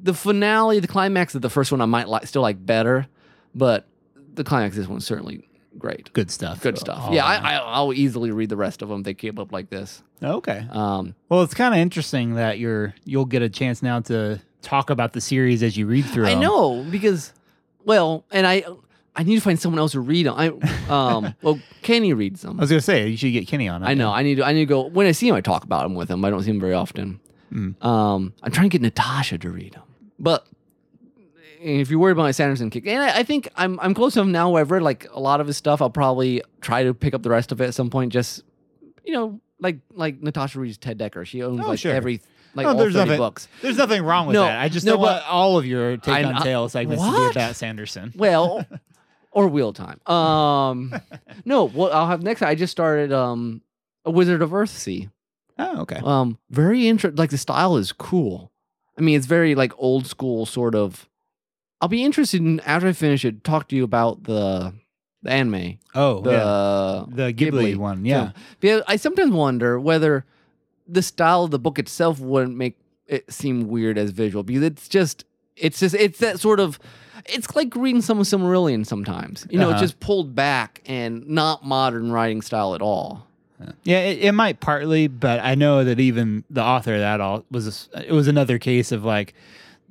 the finale, the climax of the first one, I might li- still like better, but the climax of this one's certainly great, good stuff. good stuff. Oh, yeah, I, I I'll easily read the rest of them. If they keep up like this. okay. Um, Well, it's kind of interesting that you're you'll get a chance now to talk about the series as you read through. I 'em. know because well, and I I need to find someone else to read them. I um well, Kenny reads them. I was gonna say you should get Kenny on. it. I know. I need to. I need to go. When I see him, I talk about him with him. I don't see him very often. Mm. Um, I'm trying to get Natasha to read him, but if you're worried about my Sanderson kick, and I, I think I'm I'm close to him now. Where I've read like a lot of his stuff. I'll probably try to pick up the rest of it at some point. Just you know, like like Natasha reads Ted Decker. She owns Oh, like sure. every like No, all there's 30 nothing- books. There's nothing wrong with No, that. I just no, don't want all of your take I- on I- tail segments to What? be about Sanderson. Well, or wheel time. Um, no. Well, I'll have next. I just started um a Wizard of Earthsea. Oh, okay. Um, very interesting. Like the style is cool. I mean, it's very like old school sort of. I'll be interested in after I finish it. Talk to you about the the anime, Oh, the yeah. the Ghibli, Ghibli one. Yeah. film. Because I sometimes wonder whether the style of the book itself wouldn't make it seem weird as visual because it's just it's just it's that sort of it's like reading some of Silmarillion sometimes. You know, Uh-huh. it's just pulled back and not modern writing style at all. Yeah, it, it might partly, but I know that even the author of that all was it was another case of like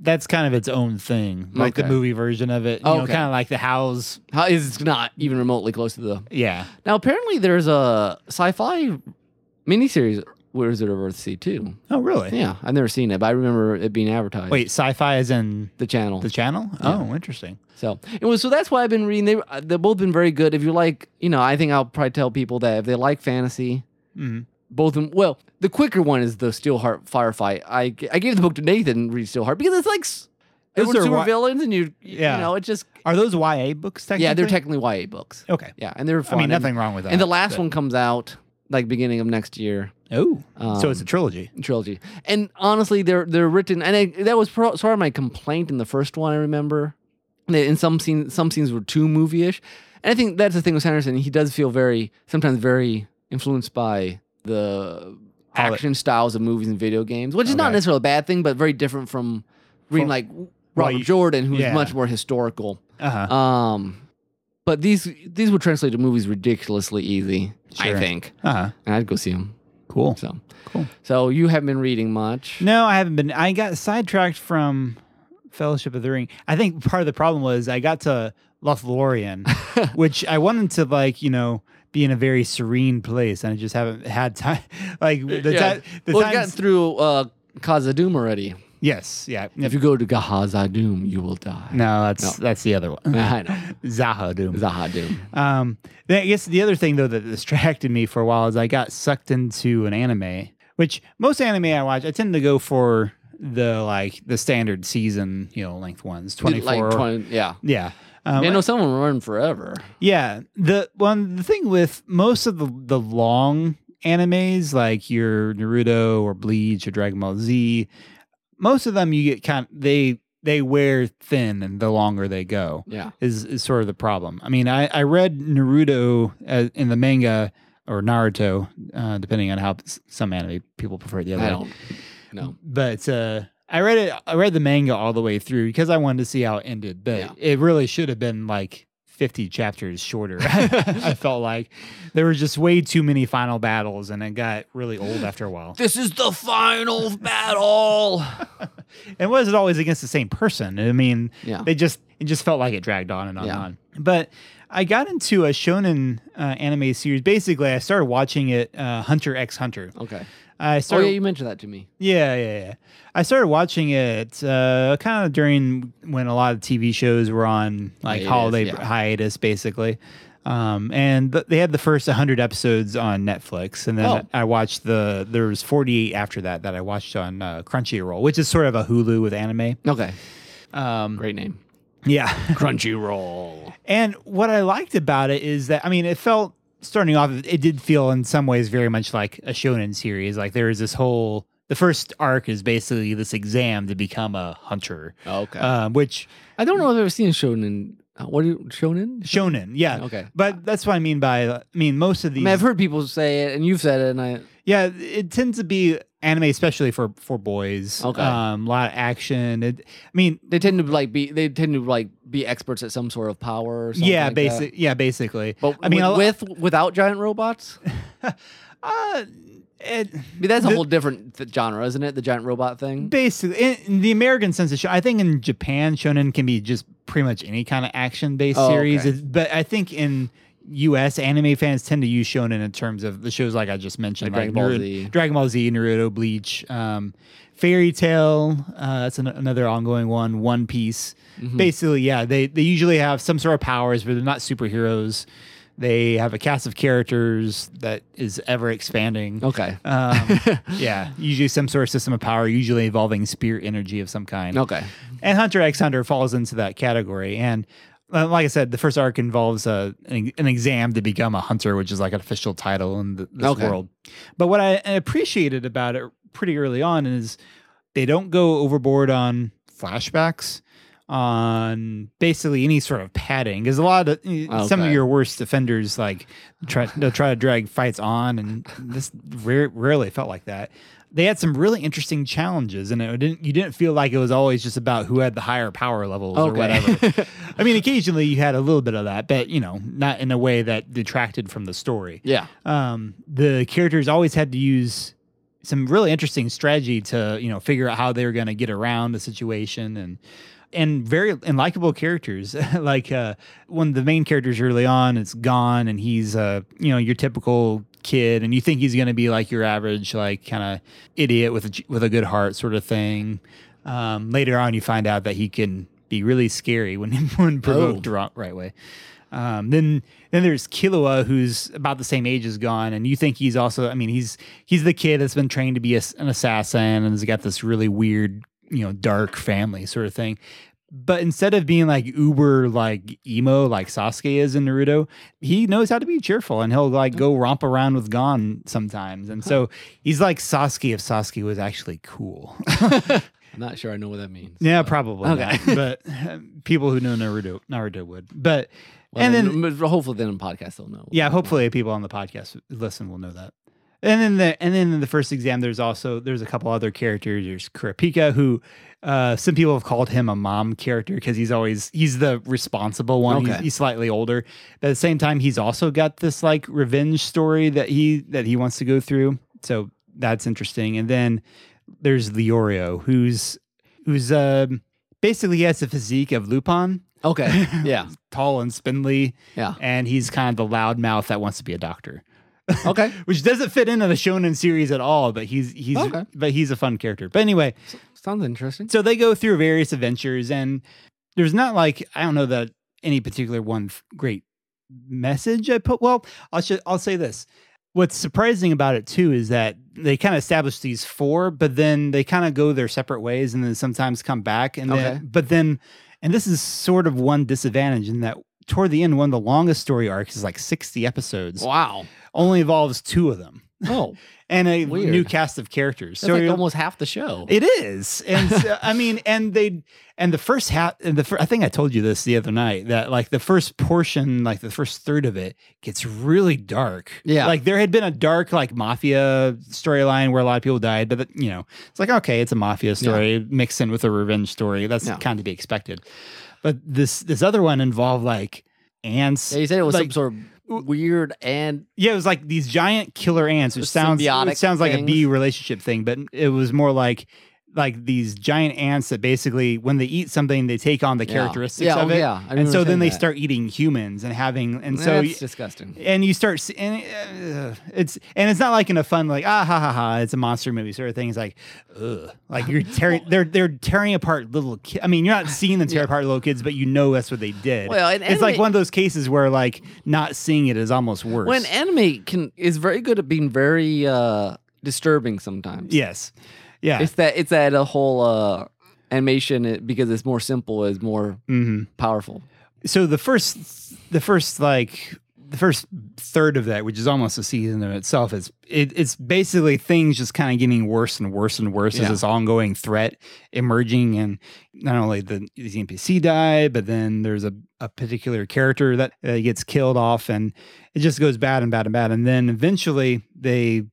that's kind of its own thing, like the Okay. movie version of it. You know, Okay. kind of like the house. How is it's not even remotely close to the Yeah. Now, apparently, there's a sci-fi miniseries Wizard of Earthsea too. Oh, really? Yeah, I've never seen it, but I remember it being advertised. Wait, sci-fi is in the channel. the channel? Oh, interesting. so it was. So that's why I've been reading. They uh, they've both been very good. If you like, you know, I think I'll probably tell people that if they like fantasy, hmm both of them. Well, the quicker one is the Steelheart Firefight. I g- I gave the book to Nathan to read Steelheart because it's like. s- Those Edward are super wi- villains, and you, Yeah. you know, it just, Are those YA books? Technically? yeah, they're technically YA books. okay. Yeah, and they're I fun. mean, and- nothing wrong with that. And the last one comes out like beginning of next year. Oh, so it's a Um, trilogy. trilogy. And honestly, they're they're written, and I, that was pro- sort of my complaint in the first one. I remember, that in some scenes, some scenes were too movie-ish, and I think that's the thing with Sanderson. He does feel very sometimes very influenced by the Holly- action styles of movies and video games, which is not Okay. necessarily a bad thing, but very different from reading From- like Well, Robert you- Jordan, who's yeah. much more historical. Uh huh. Um, but these these would translate to movies ridiculously easy, Sure. I think, Uh huh. and I'd go see them. Cool. So Cool. So you haven't been reading much. No, I haven't been. I got sidetracked from Fellowship of the Ring. I think part of the problem was I got to Lothlorien, which I wanted to like, you know, be in a very serene place, and I just haven't had time. Like the Yeah. time, the well, we times- got through uh, Cause of Doom already. Yes. Yeah. If you go to Gahaza Doom, you will die. no, that's that's the other one. I know. Zaha Doom. Zaha Doom. Um, then I guess the other thing though that distracted me for a while is I got sucked into an anime, which most anime I watch, I tend to go for the like the standard season, you know, length ones, twenty four. Like 20, yeah. yeah. Um, you know, some of them run forever. yeah. The one the thing with most of the the long animes like your Naruto or Bleach or Dragon Ball Z, most of them you get kind they they wear thin and the longer they go Yeah. is, is sort of the problem. I mean, I, I read Naruto uh, in the manga or Naruto, uh, depending on how s- some anime people prefer the other. I way. don't know. But uh, I read it. I read the manga all the way through because I wanted to see how it ended. But Yeah. it really should have been like. 50 chapters shorter. I felt like there were just way too many final battles and it got really old after a while. This is the final battle. And was it always against the same person? I mean, Yeah. they just it just felt like it dragged on and on Yeah. and on. But I got into a shonen uh, anime series. Basically, I started watching it, uh, Hunter X Hunter. Okay. I Oh, started, yeah, you mentioned that to me. yeah, yeah, yeah. I started watching it uh, kind of during when a lot of TV shows were on like Hiatus, holiday yeah. hiatus, basically. Um, and th- they had the first 100 episodes on Netflix, and then Oh. I watched the there was 48 after that that I watched on uh, Crunchyroll, which is sort of a Hulu with anime. Okay. Um, Great name. yeah. Crunchyroll. And what I liked about it is that I mean, it felt starting off, it did feel in some ways very much like a shonen series. Like there is this whole the first arc is basically this exam to become a hunter, Okay. um, which I don't know if I've ever seen Shonen. uh, What do you, Shonen? shonen, yeah. Okay. But that's what I mean by I mean most of I these, mean, I've heard people say it, and you've said it, and I. yeah, it tends to be anime, especially for for boys. Okay. um, a lot of action. It, I mean, They tend to like be. They tend to like be experts at some sort of power. Or something yeah, like that. basic, yeah, basically. But I mean, a lo- with, with without giant robots, I uh, it, mean, that's a The- whole different th- genre, isn't it? The giant robot thing. Basically, in, in the American sense of shonen, I think in Japan, shonen can be just pretty much any kind of action based Oh, series. okay. It's- But I think in U.S. anime fans tend to use shonen in terms of the shows like I just mentioned, Like Dragon like, Ball Naruto- Z. Dragon Ball Z, Naruto, Bleach, um, Fairy Tale. Uh, that's an, another ongoing one. One Piece. Mm-hmm. Basically, yeah, they they usually have some sort of powers, but they're not superheroes. They have a cast of characters that is ever expanding. Okay. Um, yeah, usually some sort of system of power, usually involving spirit energy of some kind. Okay. And Hunter X Hunter falls into that category. And uh, like I said, the first arc involves uh, an, an exam to become a hunter, which is like an official title in the, this Okay. world. But what I appreciated about it pretty early on is they don't go overboard on flashbacks. On basically any sort of padding, because a lot of eh, some of Okay. your worst offenders like try they'll try to drag fights on, and this rare, rarely felt like that. They had some really interesting challenges, and it didn't you didn't feel like it was always just about who had the higher power levels or Okay. whatever. I mean, occasionally you had a little bit of that, but you know, not in a way that detracted from the story Yeah. um, the characters always had to use some really interesting strategy to you know figure out how they were going to get around the situation and and very and likable characters like uh, one of the main characters early on it's gone and he's uh you know your typical kid and you think he's going to be like your average like kind of idiot with a, j- with a good heart sort of thing um, later on you find out that he can be really scary when when provoked the wrong, right way um, then then there's Killua, who's about the same age as Gon, and you think he's also. I mean, he's he's the kid that's been trained to be a, an assassin, and has got this really weird, you know, dark family sort of thing. But instead of being like uber like emo like Sasuke is in Naruto, he knows how to be cheerful and he'll like go romp around with Gon sometimes. And so he's like Sasuke if Sasuke was actually cool. I'm not sure I know what that means. yeah, probably. Okay. not, but um, people who know Naruto Naruto would. But Well, and then but hopefully, then on podcast they'll know. yeah, hopefully people on the podcast who listen will know that. And then the and then in the first exam, there's also there's a couple other characters. There's Kurapika, who uh, some people have called him a mom character because he's always he's the responsible one. He's, Okay. he's slightly older, but at the same time, he's also got this like revenge story that he that he wants to go through. So that's interesting. And then there's Leorio, who's who's um basically he has the physique of Lupin, Okay. Yeah. tall and spindly Yeah. and he's kind of the loudmouth that wants to be a doctor, Okay. which doesn't fit into the shonen series at all. But he's he's Okay. but he's a fun character. But anyway, Sounds interesting. So they go through various adventures, and there's not like I don't know that any particular one f- great message I put. Well, I'll sh- I'll say this. What's surprising about it too is that they kind of establish these four, but then they kind of go their separate ways, and then sometimes come back, and Okay. then, but then, and this is sort of one disadvantage in that toward the end, one of the longest story arcs is like sixty episodes, Wow. only involves two of them Oh, and a Weird. new cast of characters. that's so like you're- almost half the show. it is, and so, I mean, and they, and the first half, and the fir- I think I told you this the other night that like the first portion, like the first third of it, gets really dark. Yeah. like there had been a dark like mafia storyline where a lot of people died, but you know, it's like okay, it's a mafia story mixed in with a revenge story. That's Yeah. kind of to be expected. But this this other one involved like ants. yeah, you said it was some like- sort of weird and Yeah, it was like these giant killer ants, which The sounds symbiotic it sounds like a things. bee relationship thing, but it was more like like these giant ants that basically when they eat something they take on the Yeah. characteristics Yeah, of oh, it. yeah. I and remember so seeing then they that. start eating humans and having and so so y- it's disgusting. and you start see- and uh, it's and it's not like in a fun like ah ha ha ha it's a monster movie sort of thing. It's like ugh, like you're tearing they're they're tearing apart little. Ki- I mean, you're not seeing them tear Yeah. apart little kids, but you know that's what they did. Well, and it's like anime- one of those cases where like not seeing it is almost worse. When anime can is very good at being very uh disturbing sometimes. yes, yeah, It's that it's that a whole uh animation it, because it's more simple is more hmm powerful. so the first the first like the first third of that which is almost a season of itself is it, it's basically things just kind of getting worse and worse and worse as Yeah. this ongoing threat emerging and not only the, the npc die but then there's a, a particular character that uh, gets killed off and it just goes bad and bad and bad and then eventually they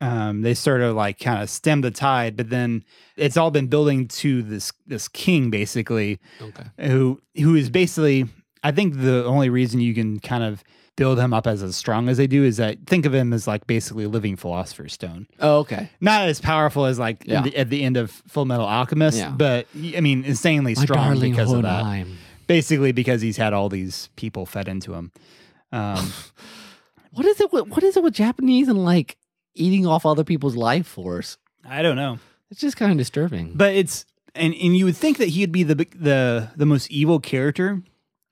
um, they sort of like kind of stem the tide but then it's all been building to this this king basically Okay. who who is basically I think the only reason you can kind of build him up as as strong as they do is that think of him as like basically living philosopher's stone. Oh, okay. Not as powerful as like in Yeah. the, at the end of Full Metal Alchemist, Yeah. but I mean insanely strong because of that. Basically because he's had all these people fed into him. Um, What is it? With, what is it with Japanese and like eating off other people's life force? I don't know. It's just kind of disturbing. But it's and and you would think that he'd be the big- the the most evil character,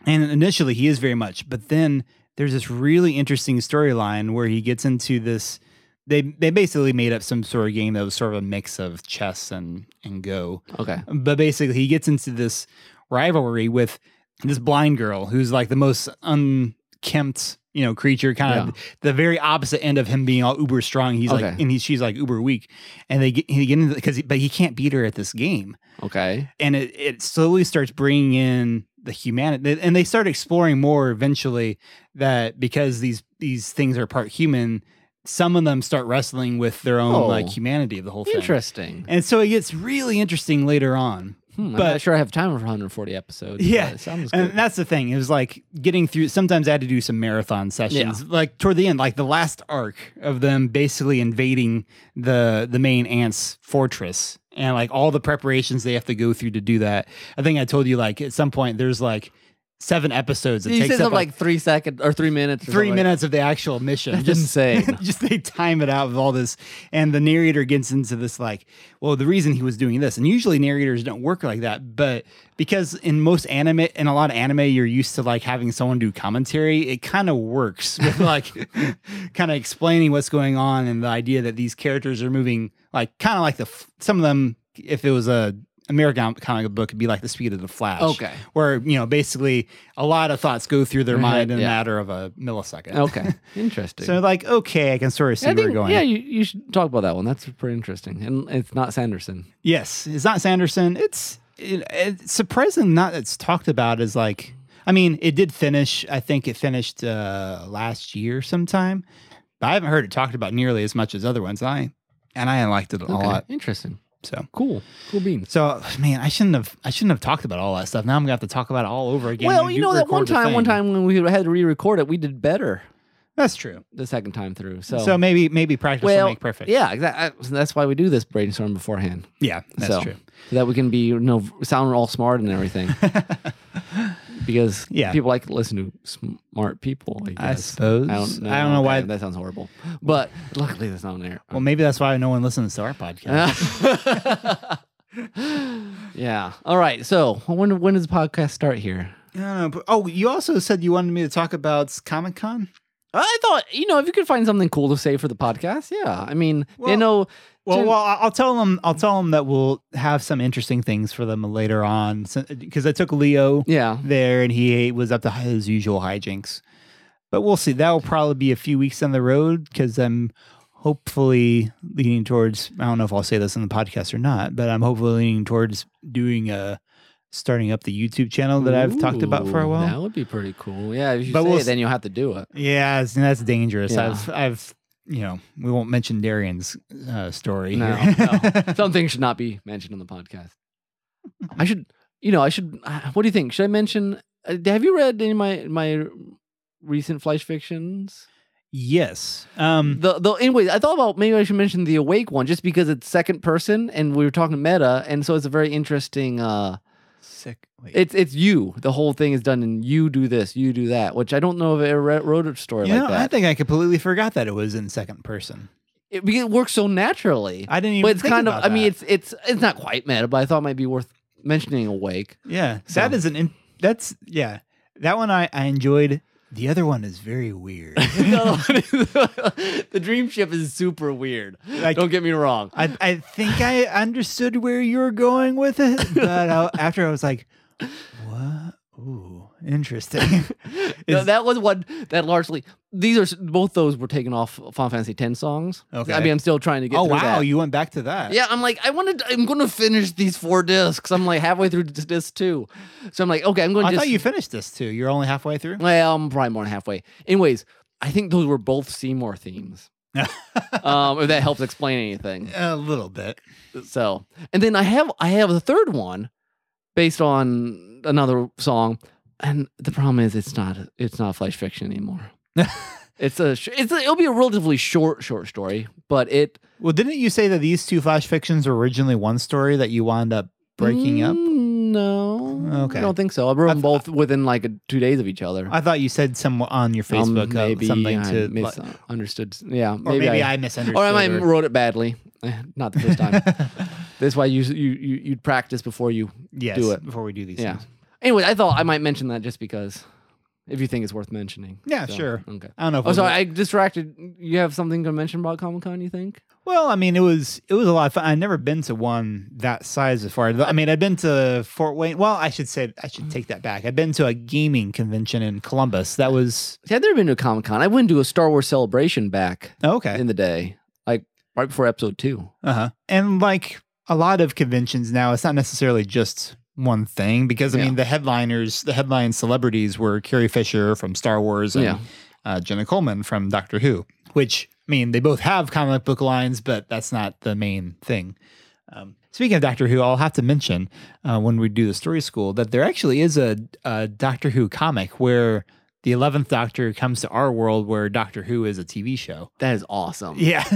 and initially he is very much. But then there's this really interesting storyline where he gets into this. They they basically made up some sort of game that was sort of a mix of chess and and go. okay. But basically, he gets into this rivalry with this blind girl who's like the most unkempt, you know, creature, kind of the very opposite end of him being all uber strong. He's like, Okay. and he's she's like uber weak, and they get he get into because but he can't beat her at this game, Okay. and it it slowly starts bringing in the humanity, and they start exploring more eventually that because these these things are part human. Some of them start wrestling with their own Oh. like humanity of the whole thing, Interesting. and so it gets really interesting later on. Hmm, I'm but- not sure I have time for 140 episodes. Yeah. but it sounds And good. that's the thing. It was like getting through. Sometimes I had to do some marathon sessions. Like toward the end, like the last arc of them basically invading the the main ants fortress, and like all the preparations they have to go through to do that. I think I told you like at some point there's like seven episodes. It you takes said up something like three seconds or three minutes. or three something. minutes of the actual mission. That's insane. just they time it out with all this, and the narrator gets into this like, well, the reason he was doing this, and usually narrators don't work like that, but because in most anime, in a lot of anime, you're used to like having someone do commentary. It kind of works with like kind of explaining what's going on and the idea that these characters are moving like kind of like the f- some of them if it was a American comic book, it'd be like the speed of the flash. Okay. Where, you know, basically a lot of thoughts go through their Right, mind in a yeah. matter of a millisecond. Okay. Interesting. So like, okay, I can sort of see I where we're think- going. Yeah, you, you should talk about that one. That's pretty interesting. And it's not Sanderson. Yes, it's not Sanderson. It's it, it's surprising not that's talked about as like. I mean, it did finish. I think it finished uh, last year sometime, but I haven't heard it talked about nearly as much as other ones. I and I liked it a Okay. lot. Interesting. So Cool. Cool beans. so man, I shouldn't have I shouldn't have talked about all that stuff. Now I'm gonna have to talk about it all over again. well, when you know that one record the time, one thing. time when we had to re-record it, we did better That's true. the second time through. So, So, maybe maybe practice well, will make perfect. Yeah, exactly. That's why we do this brainstorm beforehand, yeah, that's So- true. so that we can be you know sound all smart and everything. because Yeah. people like to listen to smart people. I, I guess. suppose. I don't know okay, why. that sounds horrible, but luckily that's not on air. Well, maybe that's why no one listens to our podcast. yeah. All right. So when when does the podcast start here? I don't know, but- oh, you also said you wanted me to talk about Comic Con. I thought you know if you could find something cool to say for the podcast, yeah. I mean, they Well- know. Well, Dude. well, I- I'll tell them. I'll tell them that we'll have some interesting things for them later on, because I took Leo Yeah. there and he was up to his usual hijinks. But we'll see. That will probably be a few weeks on the road because I'm hopefully leaning towards. I don't know if I'll say this on the podcast or not, but I'm hopefully leaning towards doing a starting up the YouTube channel that I've talked about for a Ooh, while. That would be pretty cool. Yeah. If you But say we'll it, s- then you'll have to do it. Yeah, it's- that's dangerous. Yeah. I've, I've, you know, we won't mention Darian's uh, story. No, here. Something should not be mentioned on the podcast. I should, you know, I should. uh, What do you think? Should I mention? Uh, have you read any of my my recent flash fictions? yes. Um, The the anyway, I thought about maybe I should mention the awake one just because it's second person and we were talking meta, and so it's a very interesting. uh sick. Wait. It's it's you. The whole thing is done, and you do this, you do that, which I don't know if I ever re- wrote a story you like know, that. I think I completely forgot that it was in second person. it, because it works so naturally. I didn't even. but it's think kind of. about I mean, that. it's it's it's not quite meta, but I thought it might be worth mentioning. Awake. Yeah, So- that is an. In, that's yeah, that one I I enjoyed. The other one is very weird. No, the dream ship is super weird. Like- Don't get me wrong. I I think I understood where you were going with it, but I, after I was like, what? Ooh, interesting. No, Is- that was one that largely. These are s- both those were taken off Final Fantasy X songs. Okay. I mean, I'm still trying to get. oh through wow, that. you went back to that. Yeah, I'm like, I wanted. I'm going to finish these four discs. I'm like halfway through dis- disc two, so I'm like, okay, I'm going. I to thought you finished this too. You're only halfway through. Well, I'm probably more than halfway. Anyways, I think those were both Seymour themes. um, if that helps explain anything. A little bit. So, and then I have I have a third one based on another song, and the problem is it's not it's not flash fiction anymore. it's a sh- it's a, it'll be a relatively short short story, but it Well, didn't you say that these two flash fictions were originally one story that you wound up breaking up? Mm, No, Okay. I don't think so. I wrote them I've- both within like a, two days of each other. I thought you said some on your Um, Facebook uh, something I to, like- misunderstood. Yeah, or maybe, I, I, misunderstood. or I might have wrote it badly. Eh, Not the first time. That's why you you you you'd practice before you yes, Do it. before we do these Yeah. things. Anyway, I thought I might mention that just because if you think it's worth mentioning. Yeah, So, sure. Okay. I don't know. Oh, If we'll- sorry, I distracted. You have something to mention about Comic Con, you think? well, I mean, it was it was a lot of fun. I've never been to one that size before. I mean, I've been to Fort Wayne. Well, I should say I Mm. should take that back. I've been to a gaming convention in Columbus. That was See, I've never been to a Comic Con. I went to a Star Wars celebration back oh, okay. in the day, like right before episode two. Uh huh. And like a lot of conventions now, it's not necessarily just one thing because I Yeah. mean the headliners, the headline celebrities were Carrie Fisher from Star Wars and Yeah. uh, Jenna Coleman from Doctor Who. Which I mean, they both have comic book lines, but that's not the main thing. Um, speaking of Doctor Who, I'll have to mention uh, when we do the story school that there actually is a, a Doctor Who comic where the Eleventh Doctor comes to our world, where Doctor Who is a TV show. That is awesome. Yeah,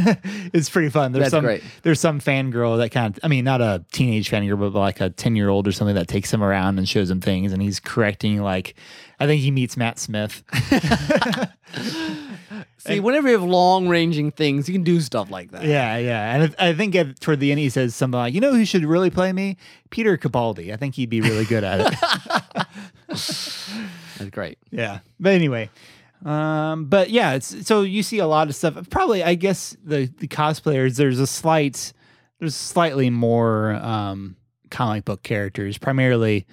it's pretty fun. There's That's some great. there's some fangirl that kind of I mean not a teenage fangirl but like a 10 year old or something that takes him around and shows him things and he's correcting like I think he meets Matt Smith. See, whenever you have long ranging things, you can do stuff like that. yeah, yeah. And I I think at, toward the end he says something like, "You know who should really play me? Peter Capaldi. I think he'd be really good at it." That's great. yeah. But anyway, um but yeah, it's so you see a lot of stuff. Probably I guess the the cosplayers there's a slight there's slightly more um, comic book characters, primarily,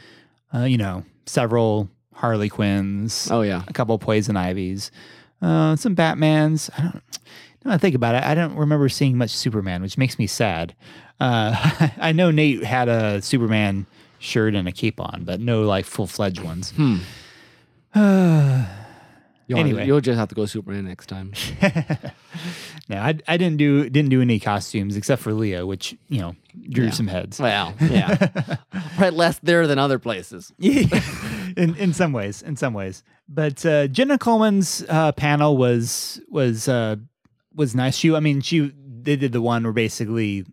uh, you know, several Harley Quinns, Oh, yeah. a couple Poison Ivies, uh, some Batmans. I don't. Now I think about it, I don't remember seeing much Superman, which makes me sad. Uh, I know Nate had a Superman shirt and a cape on, but no like full fledged ones. Hmm. You'll, have to- Anyway. you'll just have to go Superman next time. No, I, I didn't do didn't do any costumes except for Leo, which you know drew some heads. well, yeah. Probably less there than other places. Yeah, in in some ways, in some ways. But uh, Jenna Coleman's uh, panel was was uh, was nice. She, I mean, she they did the one where basically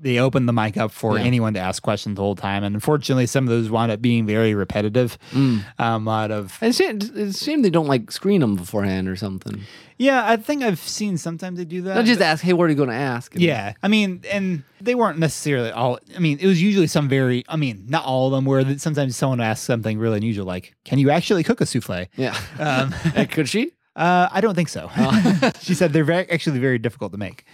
they opened the mic up for Yeah. anyone to ask questions the whole time. And unfortunately, some of those wound up being very repetitive. Mm. Um, out of It's a- It's a shame they don't like screen them beforehand or something. yeah, I think I've seen sometimes they do that. Not just ask, hey, what are you going to ask? And- Uh, Yeah, I mean, and they weren't necessarily all. I mean, it was usually some very. I mean, not all of them were. That sometimes someone asked something really unusual, like, "Can you actually cook a souffle?" Yeah. Um, And could she? uh, I don't think so. Oh. she said they're very, actually very difficult to make.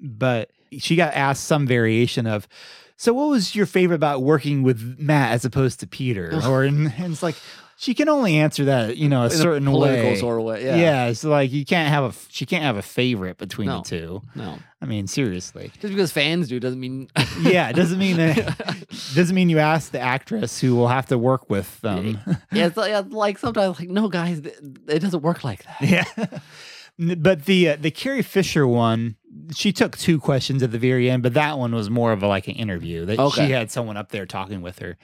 But she got asked some variation of, "So, what was your favorite about working with Matt as opposed to Peter?" or and, and it's like she can only answer that, you know, a In a certain political way. sort of way. yeah. Yeah. it's like you can't have a f- she can't have a favorite between No. the two. No. I mean, seriously. Just because fans do doesn't mean yeah, it doesn't mean that doesn't mean you ask the actress who will have to work with um, them. yeah, it's like, yeah, like sometimes like no guys, th- it doesn't work like that. yeah. N- But the uh, the Carrie Fisher one, she took two questions at the very end, but that one was more of a, like an interview that Okay. she had someone up there talking with her.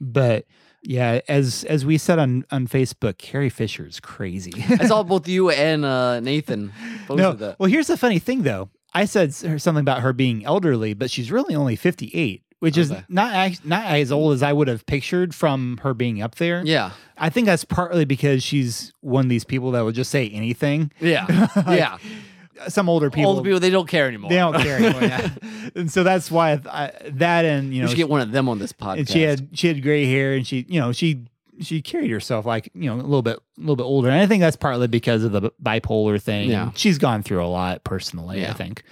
But yeah, as as we said on on Facebook, Carrie Fisher is crazy. I saw both you and uh, Nathan posted no, that. well, here's the funny thing though. I said s- her- something about her being elderly, but she's really only 58, which is Okay. not act- not as old as I would have pictured from her being up there. Yeah, I think that's partly because she's one of these people that will just say anything. yeah, yeah. Some older people, Old people they don't care anymore. they don't care anymore. yeah. and so that's why I, I, that and you You know, should she, get one of them on this podcast. and she had she had gray hair and she you know she she carried herself like you know a little bit a little bit older. And I think that's partly because of the bipolar thing. Yeah. she's gone through a lot personally. I Yeah. think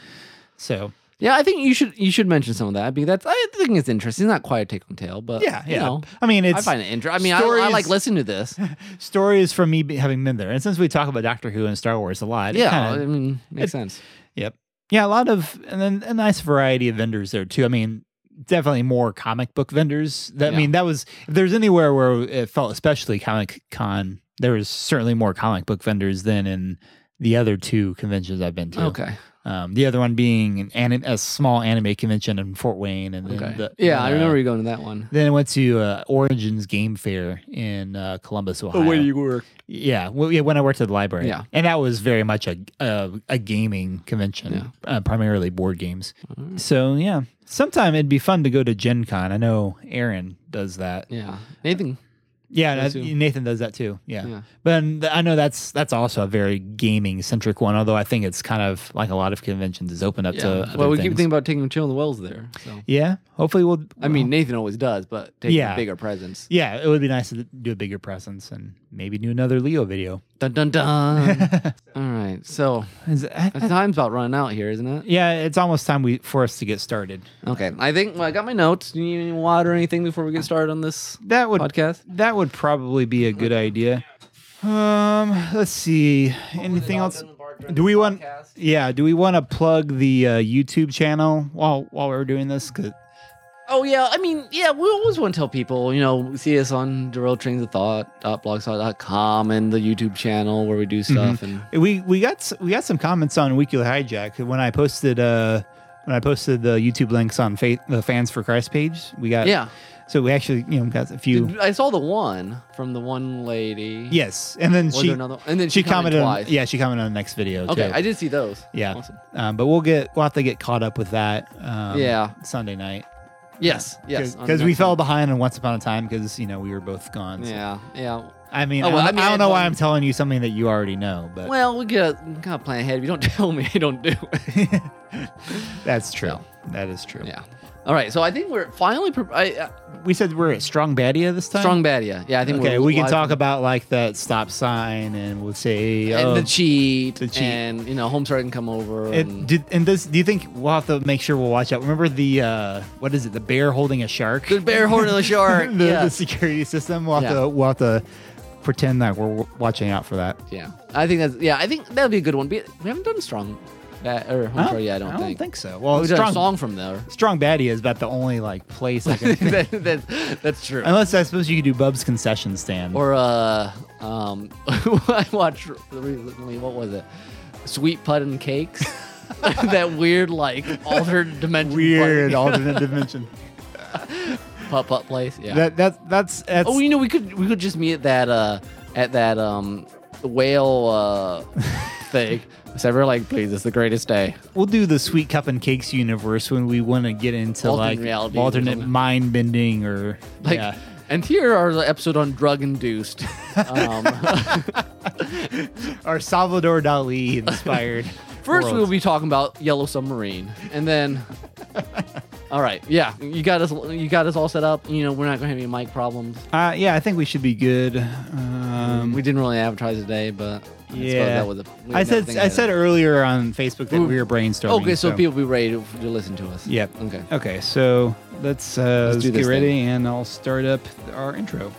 so. yeah, I think you should you should mention some of that because that's I think it's interesting. It's not quite a take on tail, but Yeah, Uh, yeah. you know, I mean, I it's find it interesting. I mean, I, I stories- like listening to this. stories from me be- having been there. And since we talk about Doctor Who and Star Wars a lot, it Yeah, kinda- I mean, makes sense. Yep. Yeah, a lot of and then a nice variety of vendors there too. I mean, definitely more comic book vendors. That I Yeah. mean, that was if there's anywhere where it felt especially Comic Con, there was certainly more comic book vendors than in the other two conventions I've been to. Okay, Um, the other one being an anim- a small anime convention in Fort Wayne, and then okay. the, yeah, I uh, remember you going to that one. Then I went to uh, Origins Game Fair in uh, Oh, Columbus, Ohio. work? Yeah, well, yeah, when I worked at the library. Yeah. and that was very much a a, a gaming convention, Yeah. uh, primarily board games. So yeah, sometime it'd be fun to go to Gen Con. I know Aaron does that. Yeah, Nathan. Yeah, Me and I- too. Nathan does that too. Yeah, Yeah. but um, th- I know that's that's also a very gaming centric one. Although I think it's kind of like a lot of conventions is open up to. Yeah. other Well, we keep things. thinking about taking Chill in the Wells there. So. Yeah, hopefully we'll. I mean, Nathan always does, but take Yeah. a bigger presence. yeah, it would be nice to do a bigger presence and maybe do another Leo video. Dun dun dun. All right, so Is- I- the I- time's about running out here, isn't it? yeah, it's almost time we for us to get started. Okay, I think well, I got my notes. Do you need any water or anything before we get started on this That would podcast? that would probably be a good idea. Um, let's see. Anything else? Do we want? Yeah. Do we want to plug the uh, YouTube channel while while we're doing this? 'Cause- Oh yeah, I mean yeah, we always want to tell people. You know, see us on Derail Trains of Thought blogspot.com and the YouTube channel where we do Mm-hmm. stuff. And we we got s- we got some comments on Weekly Hijack when I posted uh when I posted the YouTube links on fa- the Fans for Christ page. We got yeah, So we actually you know got a few. I saw the one from the one lady. yes, and then was she there another? And then she, commented. twice. on, yeah, she commented on the next video. Okay, too. I did see those. Yeah. Awesome. Um, but we'll get we'll have to get caught up with that. Um, Yeah. Sunday night. Yes. Yes. on Because the we next fell one. behind on Once Upon a Time because you know we were both gone. so- Yeah. Yeah. I mean, Oh, well, I, I don't- mean, I don't I know why had I'm one- telling you something that you already know, but Well, we gotta, we gotta plan ahead. If you don't tell me, I don't do it. that's true. well. That is true. yeah. All right. So I think we're finally. Pre- I, uh, We said we're at Strong Badia this time. strong Badia. Yeah. I think Okay, we're we can live talk from- about like that stop sign, and we'll say. and oh, the cheat. the cheat. And you know, Homestar can come over. it, and, did, and this, do you think we'll have to make sure we'll watch out? Remember the uh, what is it? The bear holding a shark. the bear horn of the shark. the, yeah. the security system. We'll have, Yeah. to, we'll have to pretend that we're w- watching out for that. yeah. I think that's. Yeah. I think that'll be a good one. Be- We haven't done strong. Ba- or Homestar. yeah. I don't, think. so. Well, We did a strong, song from there. strong baddie is about the only like place I can think. that, that, that's true. Unless I suppose you could do Bub's concession stand. Or uh, um, I watched recently. What was it? Sweet Putt and Cakes. that weird, like altered dimension. weird putt- alternate dimension. putt putt place. Yeah. That that that's that's oh, you know, we could we could just meet at that uh at that um whale uh thing. It's ever like, please, it's the greatest day. We'll do the sweet cup and cakes universe when we want to get into Alternate like realities or alternate something. mind bending or Like, yeah. and here are the episode on drug induced. Um, or Salvador Dali inspired. first, we will worlds. be talking about Yellow Submarine, and then, all right, yeah, you got us, you got us all set up. You know, we're not going to have any mic problems. Uh, yeah, I think we should be good. Um, Mm, we didn't really advertise today, but I suppose yeah, that was a, we I had said nothing I said to- earlier on Facebook that Ooh. we were brainstorming. Okay, so, people will be ready to, to listen to us. Yep. Okay. Okay, so let's, uh, Let's let's do get this ready, thing. and I'll start up our intro.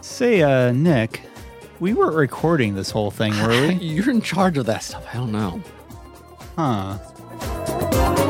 Say, uh, Nick, we weren't recording this whole thing, were we? You're in charge of that stuff. I don't know. huh.